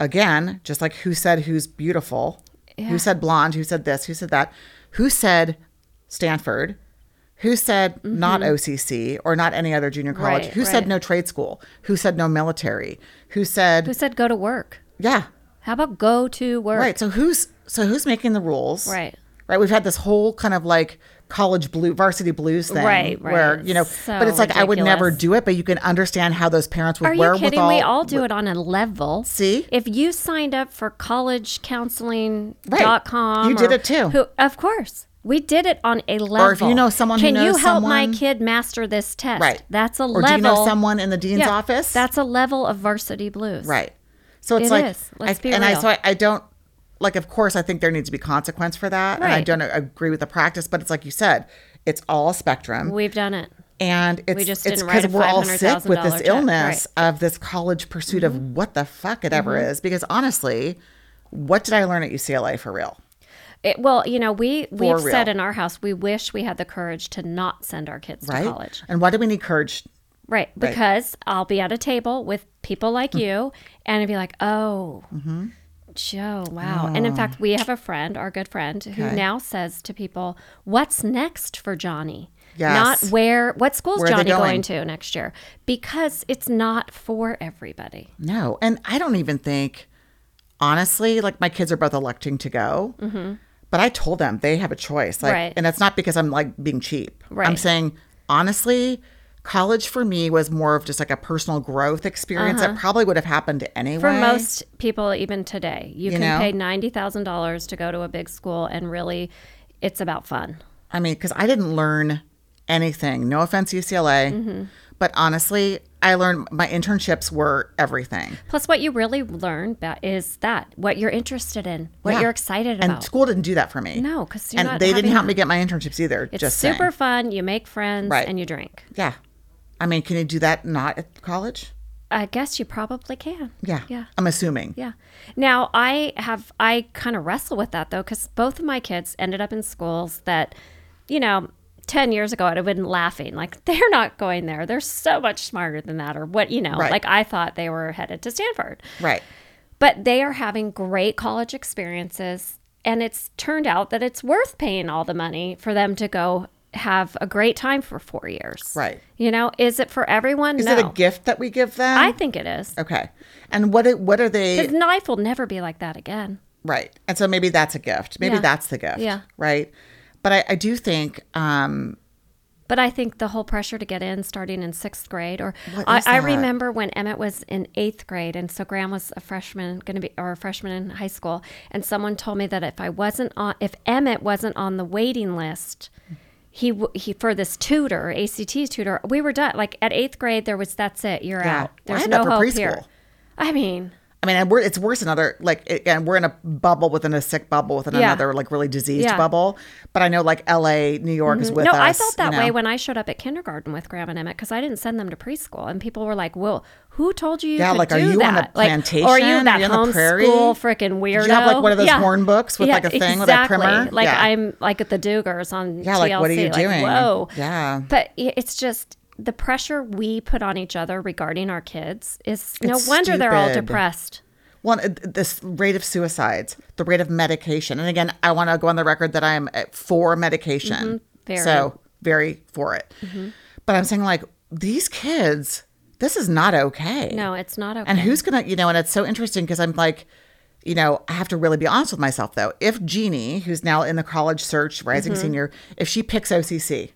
again, just like who said who's beautiful,
Yeah.
who said blonde, who said this, who said that, who said Stanford, who said not OCC or not any other junior college,
Mm-hmm. Right,
who said
right.
no trade school, who said no military, who said,
Who said go to work?
yeah,
How about go to work?
right. So who's so who's making the rules?
Right.
Right. We've had this whole kind of like college blue varsity blues thing.
Right, right.
Where, you know,
So
but it's like I would never
ridiculous.
do it, but you can understand how those parents would
Are you
wherewithal.
kidding? We all do it on a level.
See?
If you signed up for collegecounseling.com.
Right. You did
or
it too.
Who, of course. We did it on a level.
if you know someone who
Can you
knows
help my
someone-
kid master this test?
Right.
That's a
Or
level.
do you know someone in the dean's
Yeah.
office?
That's a level of varsity blues.
right. So it's
It
like
is. Let's
I,
be
and I
real.
so I, I don't like of course I think there needs to be consequence for that. And I
Right.
don't agree with the practice, but it's like you said, it's all a spectrum.
We've done it.
and it's
just
it's
didn't write
because
a
we're all sick with
$500,000
this
check, Mm-hmm.
illness of this college pursuit of what the fuck it ever is. Because honestly, what did I learn at UCLA for real?
It, well, you know, we we've
real.
said in our house we wish we had the courage to not send our kids
Right?
to college.
And why do we need courage?
Right, because I'll be at a table with people like you and I'd be like, "Oh,
Mm-hmm.
Joe, wow." And
Oh.
in fact, we have a friend, our good friend, who now says to people, "What's next for Johnny?"
Yes.
Not where what school's
Where are they
Johnny
going?
going to next year because it's not for everybody.
No. And I don't even think, honestly, like my kids are both electing to go. But I told them they have a choice. Like,
Mm-hmm. Right.
And it's not because I'm like being cheap. I'm
Right.
saying, honestly, college for me was more of just like a personal growth experience that probably would have happened anyway.
Uh-huh. For most people, even today, you, can
know?
pay ninety thousand dollars to go to a big school, and really, it's about fun.
I mean, because I didn't learn anything. No offense, UCLA,
Mm-hmm.
but honestly, I learned my internships were everything.
Plus, what you really learn ba- is that what you're interested in, what
Yeah.
you're excited
And
about.
school didn't do that for me.
No, 'cause you're
and
not
they didn't
having
help me get my internships either.
it's
just saying.
super fun. You make friends
Right.
and you drink.
Yeah, I mean, can you do that not at college?
I guess you probably can.
Yeah,
Yeah.
I'm assuming.
Yeah. Now I have I kind of wrestle with that though cuz both of my kids ended up in schools that you know 10 years ago I'd have been laughing like they're not going there. They're so much smarter than that or what, you know.
Right.
Like I thought they were headed to Stanford.
Right.
But they are having great college experiences and it's turned out that it's worth paying all the money for them to go have a great time for 4 years.
Right.
You know, is it for everyone?
Is
no.
it a gift that we give them?
I think it is.
okay. And what? It, what are they?
His knife will never be like that again.
Right. And so maybe that's a gift. Maybe
Yeah.
that's the gift.
Yeah.
Right. But I, I do think um,
But I think the whole pressure to get in starting in sixth grade, or
What
I,
is
I
that?
remember when Emmett was in eighth grade, and so Graham was a freshman, going to be or a freshman in high school, and someone told me that if I wasn't on, if Emmett wasn't on the waiting list, he w- he for this tutor, ACT tutor, we were done. Like at eighth grade, there was that's it, you're
Yeah.
out.
Well, I
There's
had
no
that for
hope here.
preschool.
I mean,
I mean, and we're, it's worse than other, like, again, we're in a bubble within a sick bubble within
Yeah.
another, like, really diseased
Yeah. Mm-hmm.
bubble. But I know, like, LA, New York is with
no,
us.
I felt
you
that way
know.
when I showed up at kindergarten with Graham and Emmett because I didn't send them to preschool, and people were like, "Well, who told you you
Yeah,
could
like,
do
are you on a
that? Like, Or are
plantation?
you
Are
that
you on the prairie?
homeschool freaking weirdo?
have, like, one of those
Yeah.
horn books with,
Yeah,
like, a thing with a
exactly.
primer?
Like
Yeah.
I'm like at the Dugars on
Yeah, like, what are
TLC,
you doing?
Whoa,
Yeah.
But i- it's just the pressure we put on each other regarding our kids is no
It's
wonder they're all
stupid.
depressed.
Well, and, uh, this rate of suicides, the rate of medication, and again, I want to go on the record that I am uh, for medication,
Mm-hmm. very. Mm-hmm.
so very for it. But I'm saying like these kids, this is not okay.
No, it's not okay.
And who's gonna, you know? And it's so interesting because I'm like, you know, I have to really be honest with myself though. If Jeannie, who's now in the college search, rising
Mm-hmm.
senior, if she picks OCC,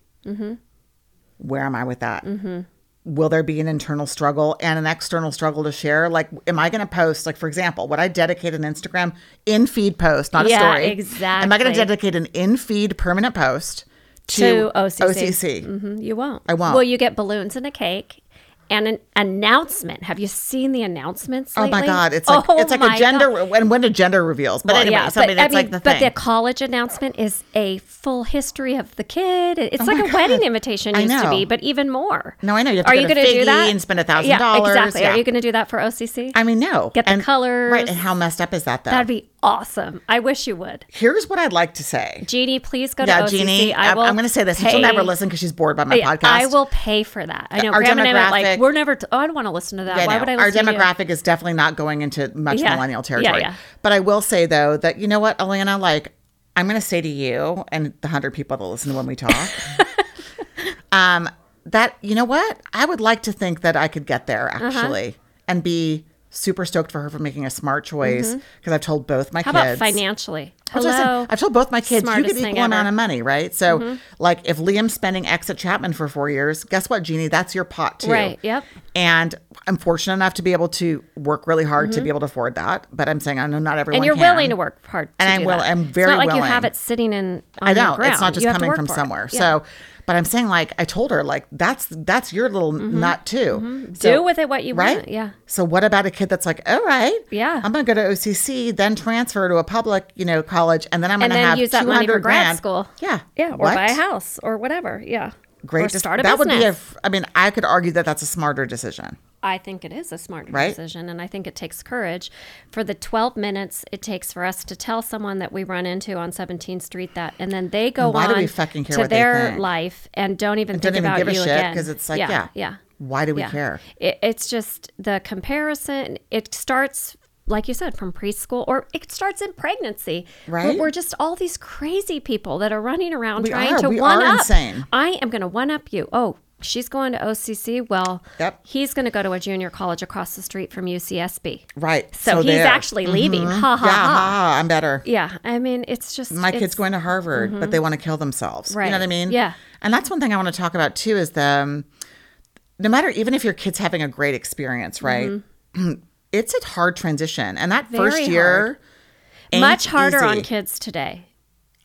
where am I with that?
Mm-hmm.
Will there be an internal struggle and an external struggle to share? Like, am I going to post, like, for example, would I dedicate an Instagram in feed post, not
Yeah,
a story? Am I going to
exactly.
dedicate an in feed permanent post to,
To OCC.
OCC?
Mhm, You won't.
I won't.
Well, you get balloons and a cake and an announcement. Have you seen the announcements?
Oh my
lately?
God! It's like
Oh
it's like
my
a gender
God.
and when do gender reveals? But
Well,
anyway,
yeah,
so I
but,
mean, it's like the
but
thing.
the college announcement is a full history of the kid. It's like a
Oh my
wedding
God.
invitation
I
used to
know.
be, but even more.
No, I know. You have to
Are
go
you
to
going to do
Figgy
that
and spend $1,000.
Yeah, exactly.
Yeah.
Are you going to do that for OCC?
I mean, no.
Get the colors.
Right. And how messed up is that, though?
That'd be awesome. I wish you would,
Here's what I'd like to say.
Jeannie. Please go
Yeah,
to OCC.
Jeannie,
I
I
will
am going to say this. and She'll
pay-
never listen because she's bored by my
Yeah,
podcast.
I will pay for that. I know.
Our
Graham and Emmett,
demographic-
like we're never. T- oh, I don't want to listen to that.
I
Why
know.
would I?
Our
listen to you?
demographic is definitely not going into much
Yeah.
millennial
Yeah,
territory.
yeah.
But I will say though that you know what, Elena, like I'm going to say to you and the hundred people that listen to when we talk, um, that you know what, I would like to think that I could get there
Uh-huh.
actually and be super stoked for her for making a smart choice because I've told both my
Mm-hmm. How
kids.
about financially?
That's what I said.
Hello.
I've told both my kids you
Smartest
get
thing
equal amount
ever. Mm-hmm.
of money, right? So, like, if Liam's spending X at Chapman for four years, guess what, Jeannie? That's your pot too.
Right, yep.
And I'm fortunate enough to be able to work really hard to be able to afford that. But I'm saying I know not everyone.
Mm-hmm. and you're
can.
willing to work hard. To
And I
do
will-
that.
I'm
It's
very
not like you
willing.
have it sitting in. On
I
your
know it's not
ground.
just
You have to
coming
work
from
for it.
somewhere.
Yeah.
So, but I'm saying like I told her like that's that's your little nut too. So-
Mm-hmm. do with it what you
right?
want. Yeah.
So what about a kid that's like, all right,
Yeah.
I'm gonna go to OCC, then transfer to a public, you know, college, and then I'm
And
gonna
then
have
use that money
200
for grad
grand.
school.
Yeah,
Yeah. Or
What?
buy a house or whatever. Yeah.
Great.
Or
dec-
start a
that would be a.
business.
f- I mean, I could argue that that's a smarter decision.
I think it is a smart
Right?
decision, and I think it takes courage. For the 12 minutes it takes for us to tell someone that we run into on 17th Street that, and then they go
Why
on
do we fucking care
to
what they
their
think?
life and don't even
Don't
think
even
about
give a
you
shit
again.
because it's like, yeah,
yeah.
Why do we
Yeah.
care?
It, it's just the comparison. It starts, like you said, from preschool or it starts in pregnancy. We're-
Right?
We're just all these crazy people that are running around
We
trying
are.
to
We are
one up.
insane.
I am going to one up you. Oh, she's going to OCC. Well,
Yep.
he's going to go to a junior college across the street from UCSB.
Right.
So, he's
there. Mm-hmm.
actually leaving. Ha ha
Yeah,
ha.
ha, I'm better.
Yeah. I mean, it's just
My
it's- Mm-hmm.
kid's going to Harvard, but they want to kill themselves. You know
Right.
what I mean?
Yeah.
And that's one thing I want to talk about too is the, um, no matter even if your kid's having a great experience, right? It's a hard transition, and that first
Mm-hmm. Very
year, ain't
much harder
easy.
on kids today.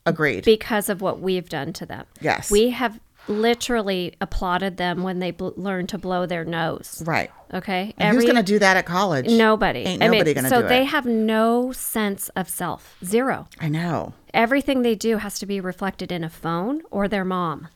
Agreed.
because of what we've done to them.
Yes.
We have literally applauded them when they bl- learn to blow their nose.
right.
Okay.
And who's going to do that at college?
nobody.
Ain't
I mean,
nobody going to
so
do
they
it.
have no sense of self. Zero.
I know.
Everything they do has to be reflected in a phone or their mom.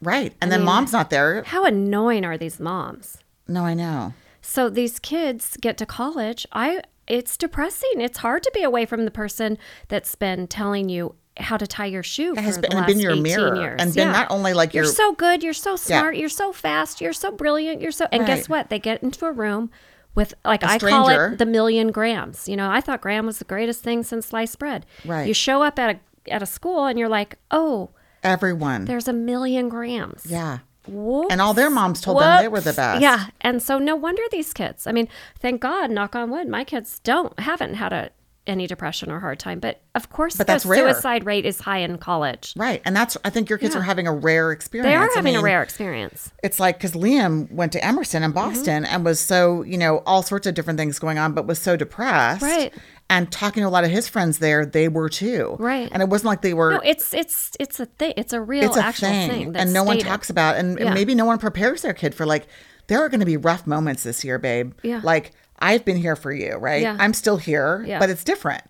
Right. And then mom's not there.
How annoying are these moms?
No, I know.
So these kids get to college. I it's depressing. It's hard to be away from the person that's been telling you how to tie your shoe
has
for
been- and
the last
been your
18
mirror,
years.
and been not only like
you're
your-
so good, you're so smart, you're so fast, you're so brilliant, you're so and guess
Right.
what? They get into a room with like I call
stranger.
it the million grams. You know, I thought graham was the greatest thing since sliced bread.
Right.
You show up at a at a school and you're like, oh,
Everyone.
there's a million grams.
yeah.
Whoops.
And all their moms told them they were the
Whoops.
best.
Yeah. And so no wonder these kids. I mean, thank God, knock on wood, my kids don't haven't had a any depression or hard time. But of course the
that's rare.
suicide rate is high in college.
Right. And that's, I think your kids
Yeah.
are having a rare experience.
They are
I
having a
mean,
rare Mm-hmm. experience.
It's like, because Liam went to Emerson in Boston and was so, you know, all sorts of different things going on, but was so depressed.
Right.
And talking to a lot of his friends there, they were too.
Right.
And it wasn't like they were.
No, it's it's it's a thing. It's a real
it's a
actual
thing,
thing.
and no one
stated.
talks about and, and
Yeah.
maybe no one prepares their kid for like there are going to be rough moments this year babe
Yeah.
like I've been here for you, right?
Yeah.
I'm still here,
Yeah.
but it's different.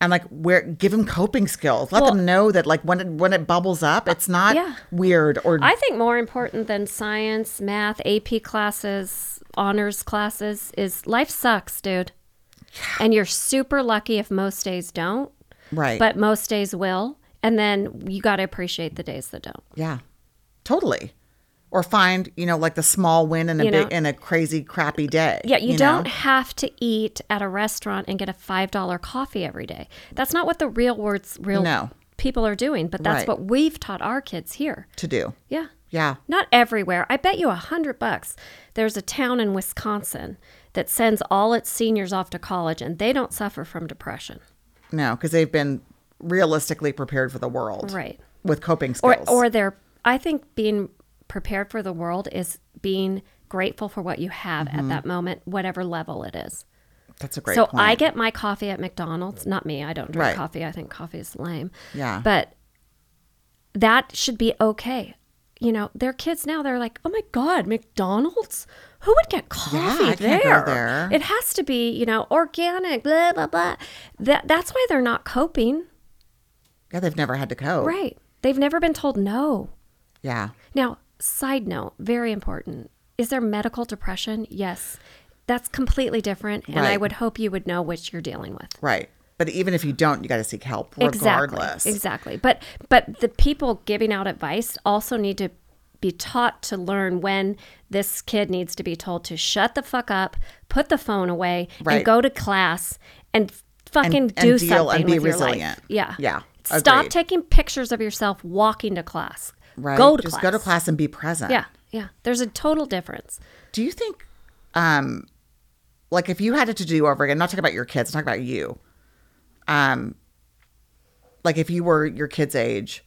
And like, where give them coping skills. Let them know that like when it, when it bubbles up, it's not
Yeah.
weird or
I think more important than science, math, AP classes, honors classes is life sucks, dude. And you're super lucky if most days don't,
right.
but most days will. And then you got to appreciate the days that don't.
yeah, totally. Or find you know like the small win in a
You know.
big in a crazy crappy day.
Yeah, you,
know?
don't have to eat at a restaurant and get a $5 coffee every day. That's not what the real words real
No.
people are doing, but that's
Right.
what we've taught our kids here.
to do.
Yeah.
Yeah.
Not everywhere. I bet you a hundred bucks. There's a town in Wisconsin that sends all its seniors off to college and they don't suffer from depression.
No, because they've been realistically prepared for the world.
Right.
With coping skills.
Or or they're I think being prepared for the world is being grateful for what you have at that moment, whatever level it is.
That's a Mm-hmm. great
so
point.
I get my coffee at McDonald's. Not me. I don't drink
Right.
coffee. I think coffee is lame.
Yeah.
But that should be okay. You know, their kids now they're like, oh my god, McDonald's. Who would get coffee
I
there?
can't go there.
It has to be, you know, organic. Blah blah blah. That that's why they're not coping.
yeah, they've never had to cope.
Right. They've never been told no.
Yeah.
Now, side note, very important. Is there medical depression? Yes. That's completely different. And I
Right.
would hope you would know what you're dealing with.
Right. But even if you don't, you got to seek help regardless.
Exactly. Exactly. But but the people giving out advice also need to be taught to learn when this kid needs to be told to shut the fuck up, put the phone away,
Right.
and go to class and fucking
And- and
do
deal
something
and be
with your life.
resilient.
Yeah.
Yeah.
Stop
Agreed.
taking pictures of yourself walking to class.
Right.
Go to
Just
class.
go to class and be present.
Yeah. Yeah. There's a total difference.
Do you think, um, like if you had it to do over again, not talking about your kids, talking about you, um, like if you were your kid's age,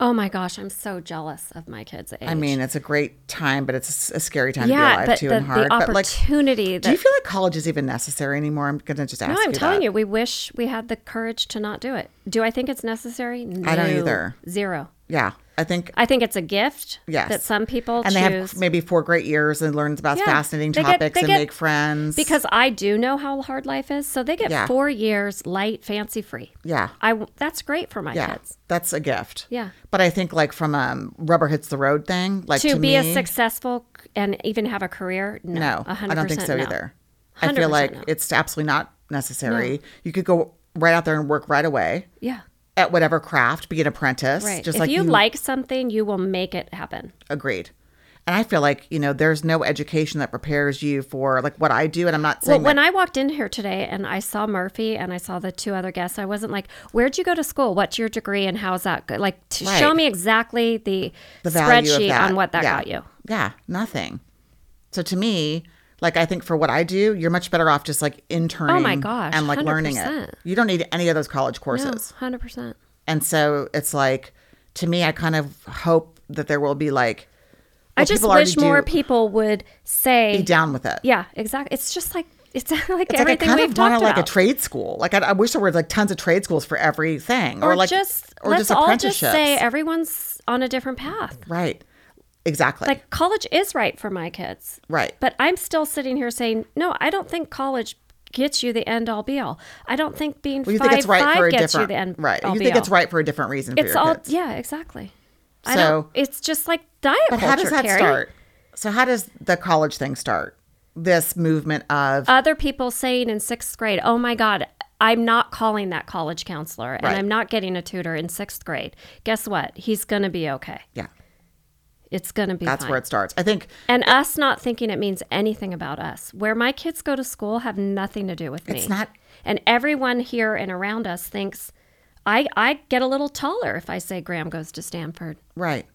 Oh my gosh, I'm so jealous of my kids' age.
I mean, it's a great time, but it's a scary time to be
yeah,
alive
but
too
the,
and hard.
the
but like,
opportunity that
do you feel like college is even necessary anymore? I'm gonna just ask.
No, I'm
you
telling
that.
you, we wish we had the courage to not do it. Do I think it's necessary? No.
I don't either.
Zero.
Yeah, I think
I think it's a gift
Yes.
that some people
and
choose.
they have maybe four great years and learns about
Yeah.
fascinating
They get-
topics
they
and
get-
make friends.
because I do know how hard life is, so they get
Yeah.
four years light, fancy free.
yeah,
I that's great for my
yeah,
kids
that's a gift.
Yeah.
but I think like from um, rubber hits the road thing, like
to,
to,
be
me,
a successful c- and even have a career. No,
No,
a
I don't think
100%
so
no.
either. I feel
100%
like
no.
it's absolutely not necessary. You could go right out there and work right away
Yeah,
at whatever craft, be an apprentice,
right.
just
if
like
you like something, you will make it happen.
agreed. And I feel like you know, there's no education that prepares you for like what I do, and I'm not saying
Well, when I walked in here today and I saw Murphy and I saw the two other guests, I wasn't like, "Where'd you go to school? What's your degree? And how's that?" Good? Like, to
Right.
show me exactly the,
the value of
spreadsheet
that.
on what that
Yeah.
got you.
Yeah, nothing. So to me, like I think for what I do, you're much better off just like interning.
gosh,
and like learning it.
100%.
You don't need any of those college courses.
Hundred percent.
And so it's like to me, I kind of hope that there will be like.
I
well,
just
people already
wish more
do
people would say,
be down with it.
"Yeah, exactly." It's just like it's like
It's like I
everything
kind
we've
of want
talked
to like
about.
a trade school. Like I, I wish there were like tons of trade schools for everything, or,
or
like
just
or
let's
just
all just
apprenticeships.
say everyone's on a different path.
right, exactly.
Like college is right for my kids.
right,
But I'm still sitting here saying, no, I don't think college gets you the end all be all. I don't think being
you
five
think it's right
five
for a
gets you
different
the end
right.
all
You
be
think
all.
it's right for a different reason. For
It's
your
all
kids.
yeah, exactly. I
So-
don't, it's just like diet
But
culture.
how does that
Carrie.
start? So how does the college thing start? This movement of
Other people saying in sixth grade, oh my god. I'm not calling that college counselor and
Right.
I'm not getting a tutor in sixth grade. Guess what? He's going to be okay.
yeah,
It's going to be
that's
fine.
where it starts. I think
and us not thinking it means anything about us. Where my kids go to school have nothing to do with me.
It's not-
And everyone here and around us thinks I I get a little taller if I say Graham goes to Stanford.
Right.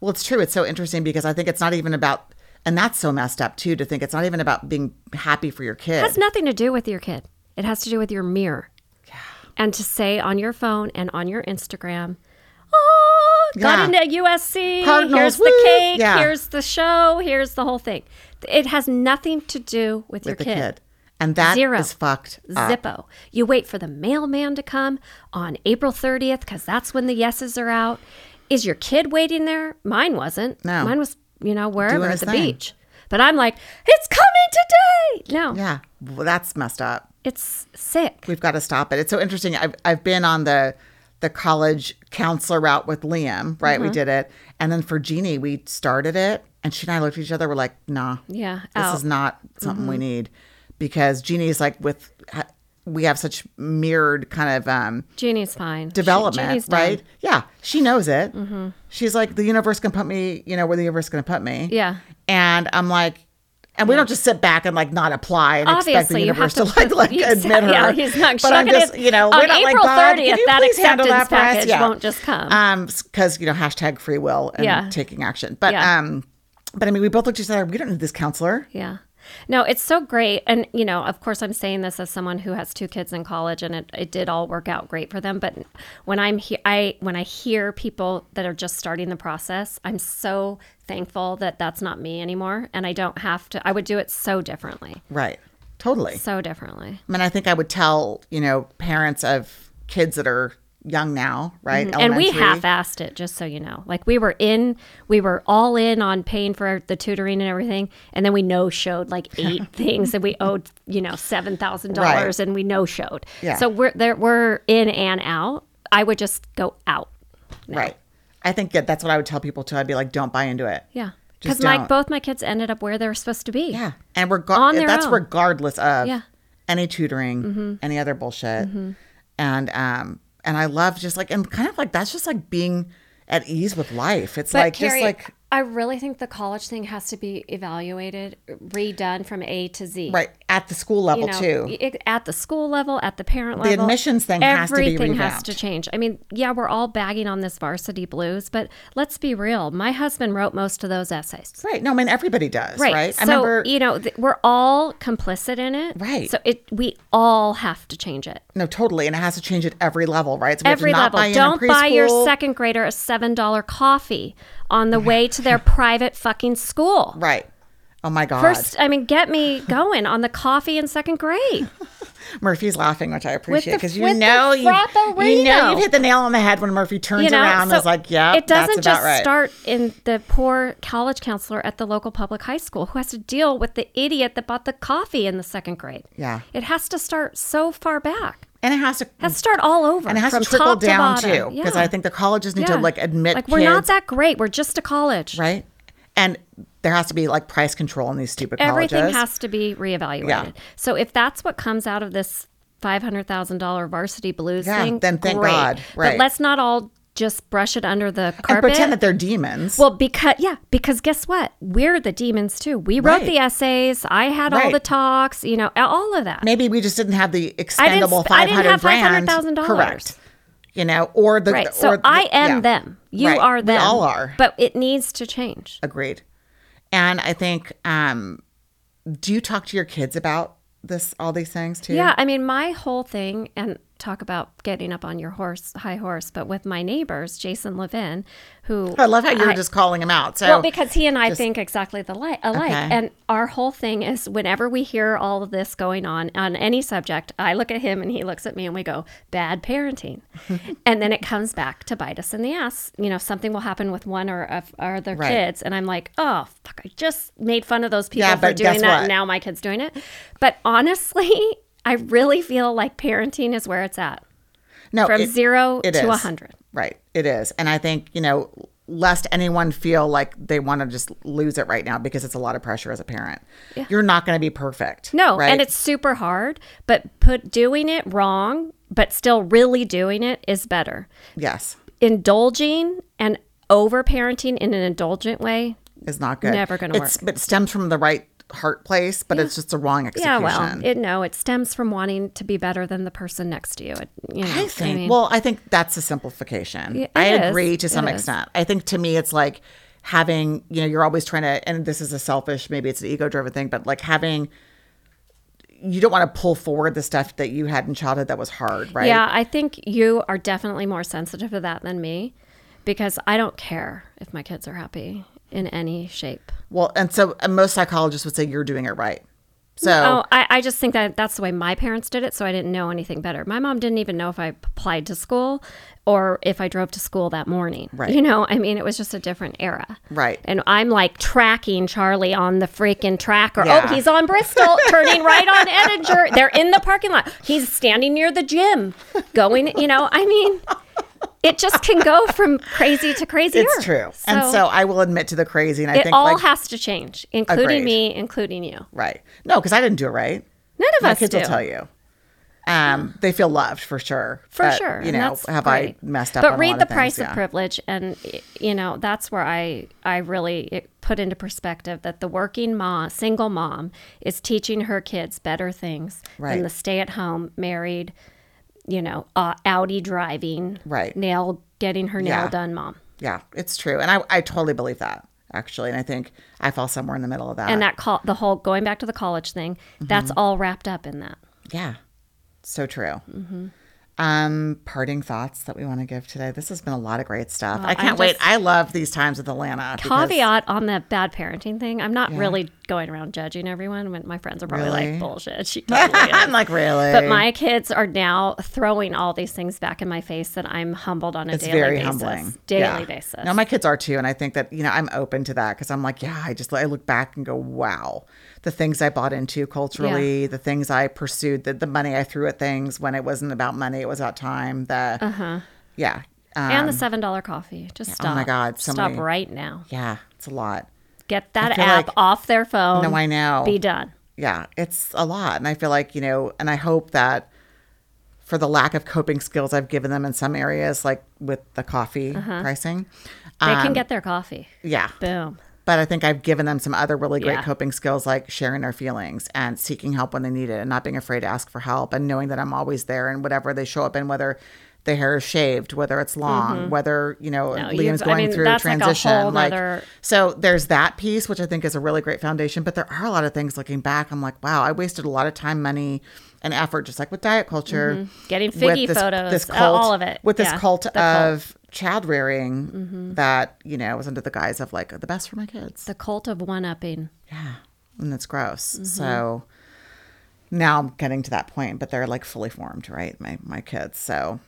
Well, it's true. It's so interesting because I think it's not even about, and that's so messed up too, to think it's not even about being happy for your
It
kid.
has nothing to do with your kid. It has to do with your mirror. And to say on your phone and on your Instagram, oh,
Yeah.
got into USC.
Cardinals,
here's the
woo!"
cake.
Yeah.
Here's the show. Here's the whole thing. It has nothing to do with, your
the
kid.
kid. And that is
Zero.
fucked up.
Zippo. You wait for the mailman to come on April 30th because that's when the yeses are out. Is your kid waiting there? Mine wasn't.
No.
Mine was, you know, wherever
Doing
at
his
the
thing.
beach. But I'm like, it's coming today. No,
Yeah. Well, that's messed up.
it's sick.
we've got to stop it. It's so interesting. I've I've been on the the college counselor route with Liam, right?
Mm-hmm.
We did it, and then for Jeannie, we started it, and she and I looked at each other. We're like, nah,
Yeah,
this
out. Mm-hmm.
is not something we need, because Jeannie's like with ha- we have such mirrored kind of um,
Jeannie's fine. She-
development,
Jeannie's done. Mm-hmm.
right? Yeah, she knows it. She's like, the universe can put me, you know, where the universe going to put me.
Yeah.
and I'm like. And we don't just sit back and like not apply and expect the
Obviously, you have
universe to,
to
like like
put-
admit her.
Yeah, he's not- she's
But
not
I'm
gonna-
just you know
on
we're not like
April
God, can
30th,
you
that
please handle that
acceptance
for us?
package
Yeah.
won't just come.
Um, because you know hashtag free will and
Yeah.
taking action. But
Yeah.
um, but I mean we both looked at each other. We don't need this counselor.
Yeah. No, it's so great. And, you know, of course, I'm saying this as someone who has two kids in college and it, it did all work out great for them. But when I'm he- I when I hear people that are just starting the process, I'm so thankful that that's not me anymore. And I don't have to, I would do it so differently.
Right. Totally.
So differently.
I mean, I think I would tell you know parents of kids that are young now, right?
Mm-hmm. and we
elementary.
half-assed it just so you know like we were in we were all in on paying for the tutoring and everything and then we no showed like eight things and we owed you know seven thousand dollars and we no showed
Yeah.
so we're there we're in and out i would just go out now.
Right. I think that that's what I would tell people too. I'd be like, don't buy into it.
yeah
Just
because my
don't.
both my kids ended up where they were supposed to be
Yeah. And regar-
On their
that's
own.
regardless of
Yeah. Mm-hmm.
any tutoring, any other bullshit. And um and I love just like and kind of like that's just like being at ease with life. It's like just like
I really think the college thing has to be evaluated, redone from A to Z.
right at the school level too.
i- i- at the school level, at the parent
The
level,
admissions thing has to be
everything has to
revamped.
change. I mean, yeah, we're all bagging on this varsity blues, but let's be real. My husband wrote most of those essays.
right. No, I mean everybody does, right?
Right.
I
So e
remember
you know th- we're all complicit in it.
Right.
So it we all have to change it.
no, totally, and it has to change at every level, right? So we have to
Every
not
level.
buy in in
Don't buy your
preschool.
second grader a seven dollar coffee on the way to their private fucking school.
right. Oh my god.
First, I mean, get me going on the coffee in second grade.
Murphy's laughing, which I appreciate
the-
because you
with the
know you, you know
Frapparino.
you've hit the nail on the head when Murphy turns around and is like, "Yeah,
it doesn't
that's
just
about right.
start in the poor college counselor at the local public high school who has to deal with the idiot that bought the coffee in the second grade.
Yeah.
it has to start so far back.
and it has to
Let's start all over.
and it has
from
to trickle
top to
down
bottom.
too because I
Yeah.
think the colleges need
Yeah.
to like admit
like we're not
kids,
that great. We're just a college.
right, and there has to be like price control in these stupid
Everything
colleges.
has to be reevaluated.
Yeah.
So if that's what comes out of this five hundred thousand dollar varsity blues
Yeah,
thing,
then thank
great.
God. Right.
But let's not all just brush it under the
and
carpet.
pretend that they're demons.
well, because yeah, because guess what? We're the demons too. We wrote
Right.
the essays. I had all
Right.
the talks. You know, all of that.
Maybe we just didn't have the
I didn't
expendable
sp- I
five
didn't
hundred
have
grand.
$500,000.
Correct. You know, or the
right.
the-
So
or the-
I am
yeah.
them. You
Right.
are them.
We all are.
But it needs to change.
Agreed. And I think, um, do you talk to your kids about this, all these things too?
Yeah, I mean, my whole thing, and talk about getting up on your horse, high horse, but with my neighbors, Jason Levin, who
I love how you're just calling them out. So,
well, because he and I think exactly the li- alike,
Okay.
and our whole thing is whenever we hear all of this going on on any subject, I look at him and he looks at me, and we go, "Bad parenting," and then it comes back to bite us in the ass. You know, something will happen with one or of- or their
Right.
kids, and I'm like, "Oh, fuck! I just made fun of those people
Yeah,
for
but guess
doing that,
what?
and now my kid's doing it." But honestly, I really feel like parenting is where it's at
no,
from
it-
zero
it
to a
is.
hundred.
Right. It is. And I think, you know, lest anyone feel like they want to just lose it right now because it's a lot of pressure as a parent. You're not going to be perfect.
No,
right?
and it's super hard, but put doing it wrong, but still really doing it is better.
yes,
Indulging and over parenting in an indulgent way.
it's not good.
Never gonna
It's- It stems from the right heart place, but it's just the wrong
Yeah,
execution.
well, it, no, it stems from wanting to be better than the person next to you. It, you know,
I think.
mean,
well, I think that's a simplification.
it
I
is.
agree to
It
some
is.
extent. I think to me, it's like having you know, you're always trying to, and this is a selfish, maybe it's an ego driven thing, but like having. You don't want to pull forward the stuff that you had in childhood that was hard, right?
yeah, I think you are definitely more sensitive to that than me, because I don't care if my kids are happy in any shape.
Well, and so and most psychologists would say you're doing it right. So
Oh, I, I just think that that's the way my parents did it, so I didn't know anything better. My mom didn't even know if I applied to school or if I drove to school that morning.
Right.
You know, I mean, it was just a different era.
Right.
And I'm like tracking Charlie on the freaking tracker.
Yeah.
Oh, he's on Bristol, turning right on Edinger. They're in the parking lot. He's standing near the gym, going, you know, I mean, it just can go from crazy to crazy.
it's true. and so I will admit to the crazy. And I
it
think,
all
like,
has to change, including
Agreed.
me, including you.
right. No, because I didn't do it right.
None of
My
us
kids
do.
will tell you. Um, they feel loved for sure.
for
But,
sure.
You
and
know,
that's
have I
great.
messed up?
But
on a
read
lot
the
of things?
price
Yeah.
of privilege, and y- you know that's where I I really it put into perspective that the working mom, single mom, is teaching her kids better things
Right.
than the stay at home married, you know, uh, Audi driving,
Right.
nail getting her nail
Yeah. Uh,
done, mom.
Yeah, it's true, and I I totally believe that actually, and I think I fall somewhere in the middle of that.
And that call the whole going back to the college thing,
mm-hmm.
that's all wrapped up in that.
yeah, so true.
Mm-hmm.
Um, parting thoughts that we want to give today. This has been a lot of great stuff. I can't wait. I love these times with Atlanta. because-
Oh, Caveat on the bad parenting thing. I'm not really going around judging everyone. When my friends are probably
Really?
like, "Bullshit." She totally is.
I'm like really,
But my kids are now throwing all these things back in my face that I'm humbled on a
it's
daily
very
basis.
humbling.
Daily
Yeah.
basis.
No, my kids are too, and I think that you know I'm open to that because I'm like, yeah, I just I look back and go, wow, the things I bought into culturally, the things I pursued, the the money I threw at things when it wasn't about money, it was about time. The yeah, um,
Uh-huh. and the seven dollar coffee. Just stop.
oh my God, so
stop
many-
right now.
yeah, it's a lot.
Get that
feel
app
like-
off their phone.
No, I know.
Um, Be done.
yeah, it's a lot. And I feel like, you know, and I hope that for the lack of coping skills I've given them in some areas, like with the coffee pricing.
Uh-huh. They
Um,
can get their coffee.
yeah.
Boom.
But I think I've given them some other really great
Yeah.
coping skills like sharing their feelings and seeking help when they need it and not being afraid to ask for help and knowing that I'm always there and whatever they show up in, whether their hair is shaved, whether it's long, whether, you know,
Mm-hmm. No,
Liam's
you've- I
going
mean,
through
that's like a
transition.
whole
like,
nother-
so there's that piece, which I think is a really great foundation. But there are a lot of things looking back. I'm like, wow, I wasted a lot of time, money, and effort, just like with diet
Mm-hmm.
culture,
Getting
with
figgy photos, uh, all of it.
with this
Yeah,
cult
the
of
cult. Mm-hmm.
child rearing that you know was under the guise of like the best for my kids.
The cult of one upping.
yeah, and it's gross.
Mm-hmm.
So now I'm getting to that point, but they're like fully formed, right? My my kids. So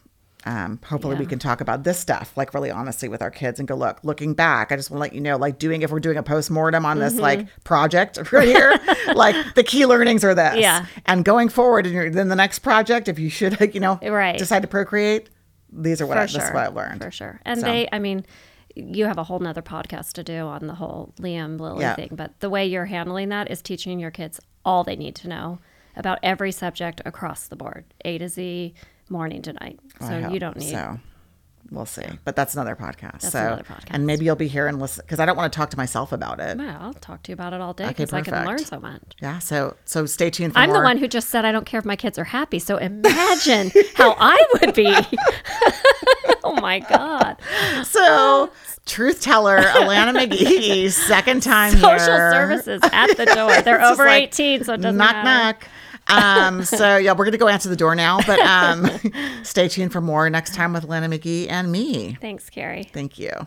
um, hopefully we
Yeah.
can talk about this stuff like really honestly with our kids and go look looking back i just want to let you know like doing if we're doing a post-mortem on this like
Mm-hmm.
project right here like the key learnings are this
Yeah.
and going forward in, your, in the next project if you should like you know
Right.
decide to procreate these are what, I,
for sure.
this is what i learned
For sure. And
So.
they, I mean, you have a whole nother podcast to do on the whole Liam Lily
Yeah.
thing, but the way you're handling that is teaching your kids all they need to know about every subject across the board, A to Z, morning to night.
I
So you
hope.
don't need.
So we'll see. But that's another podcast. so
another podcast.
and maybe you'll be here and listen because I don't want to talk to myself about it.
Well, I'll talk to you about it all day
Okay,
because I can learn
perfect.
so much.
Yeah. So so stay tuned. for
I'm the
more.
one who just said I don't care if my kids are happy. So imagine how I would be. oh my god!
So truth teller Alana McGee, second time
Social
here.
services at the door. They're
It's just
over
like,
18, so it doesn't
knock
matter.
knock. Um, so yeah, we're gonna go answer the door now. But um, stay tuned for more next time with Alana McGee and me.
Thanks, Carrie.
Thank you.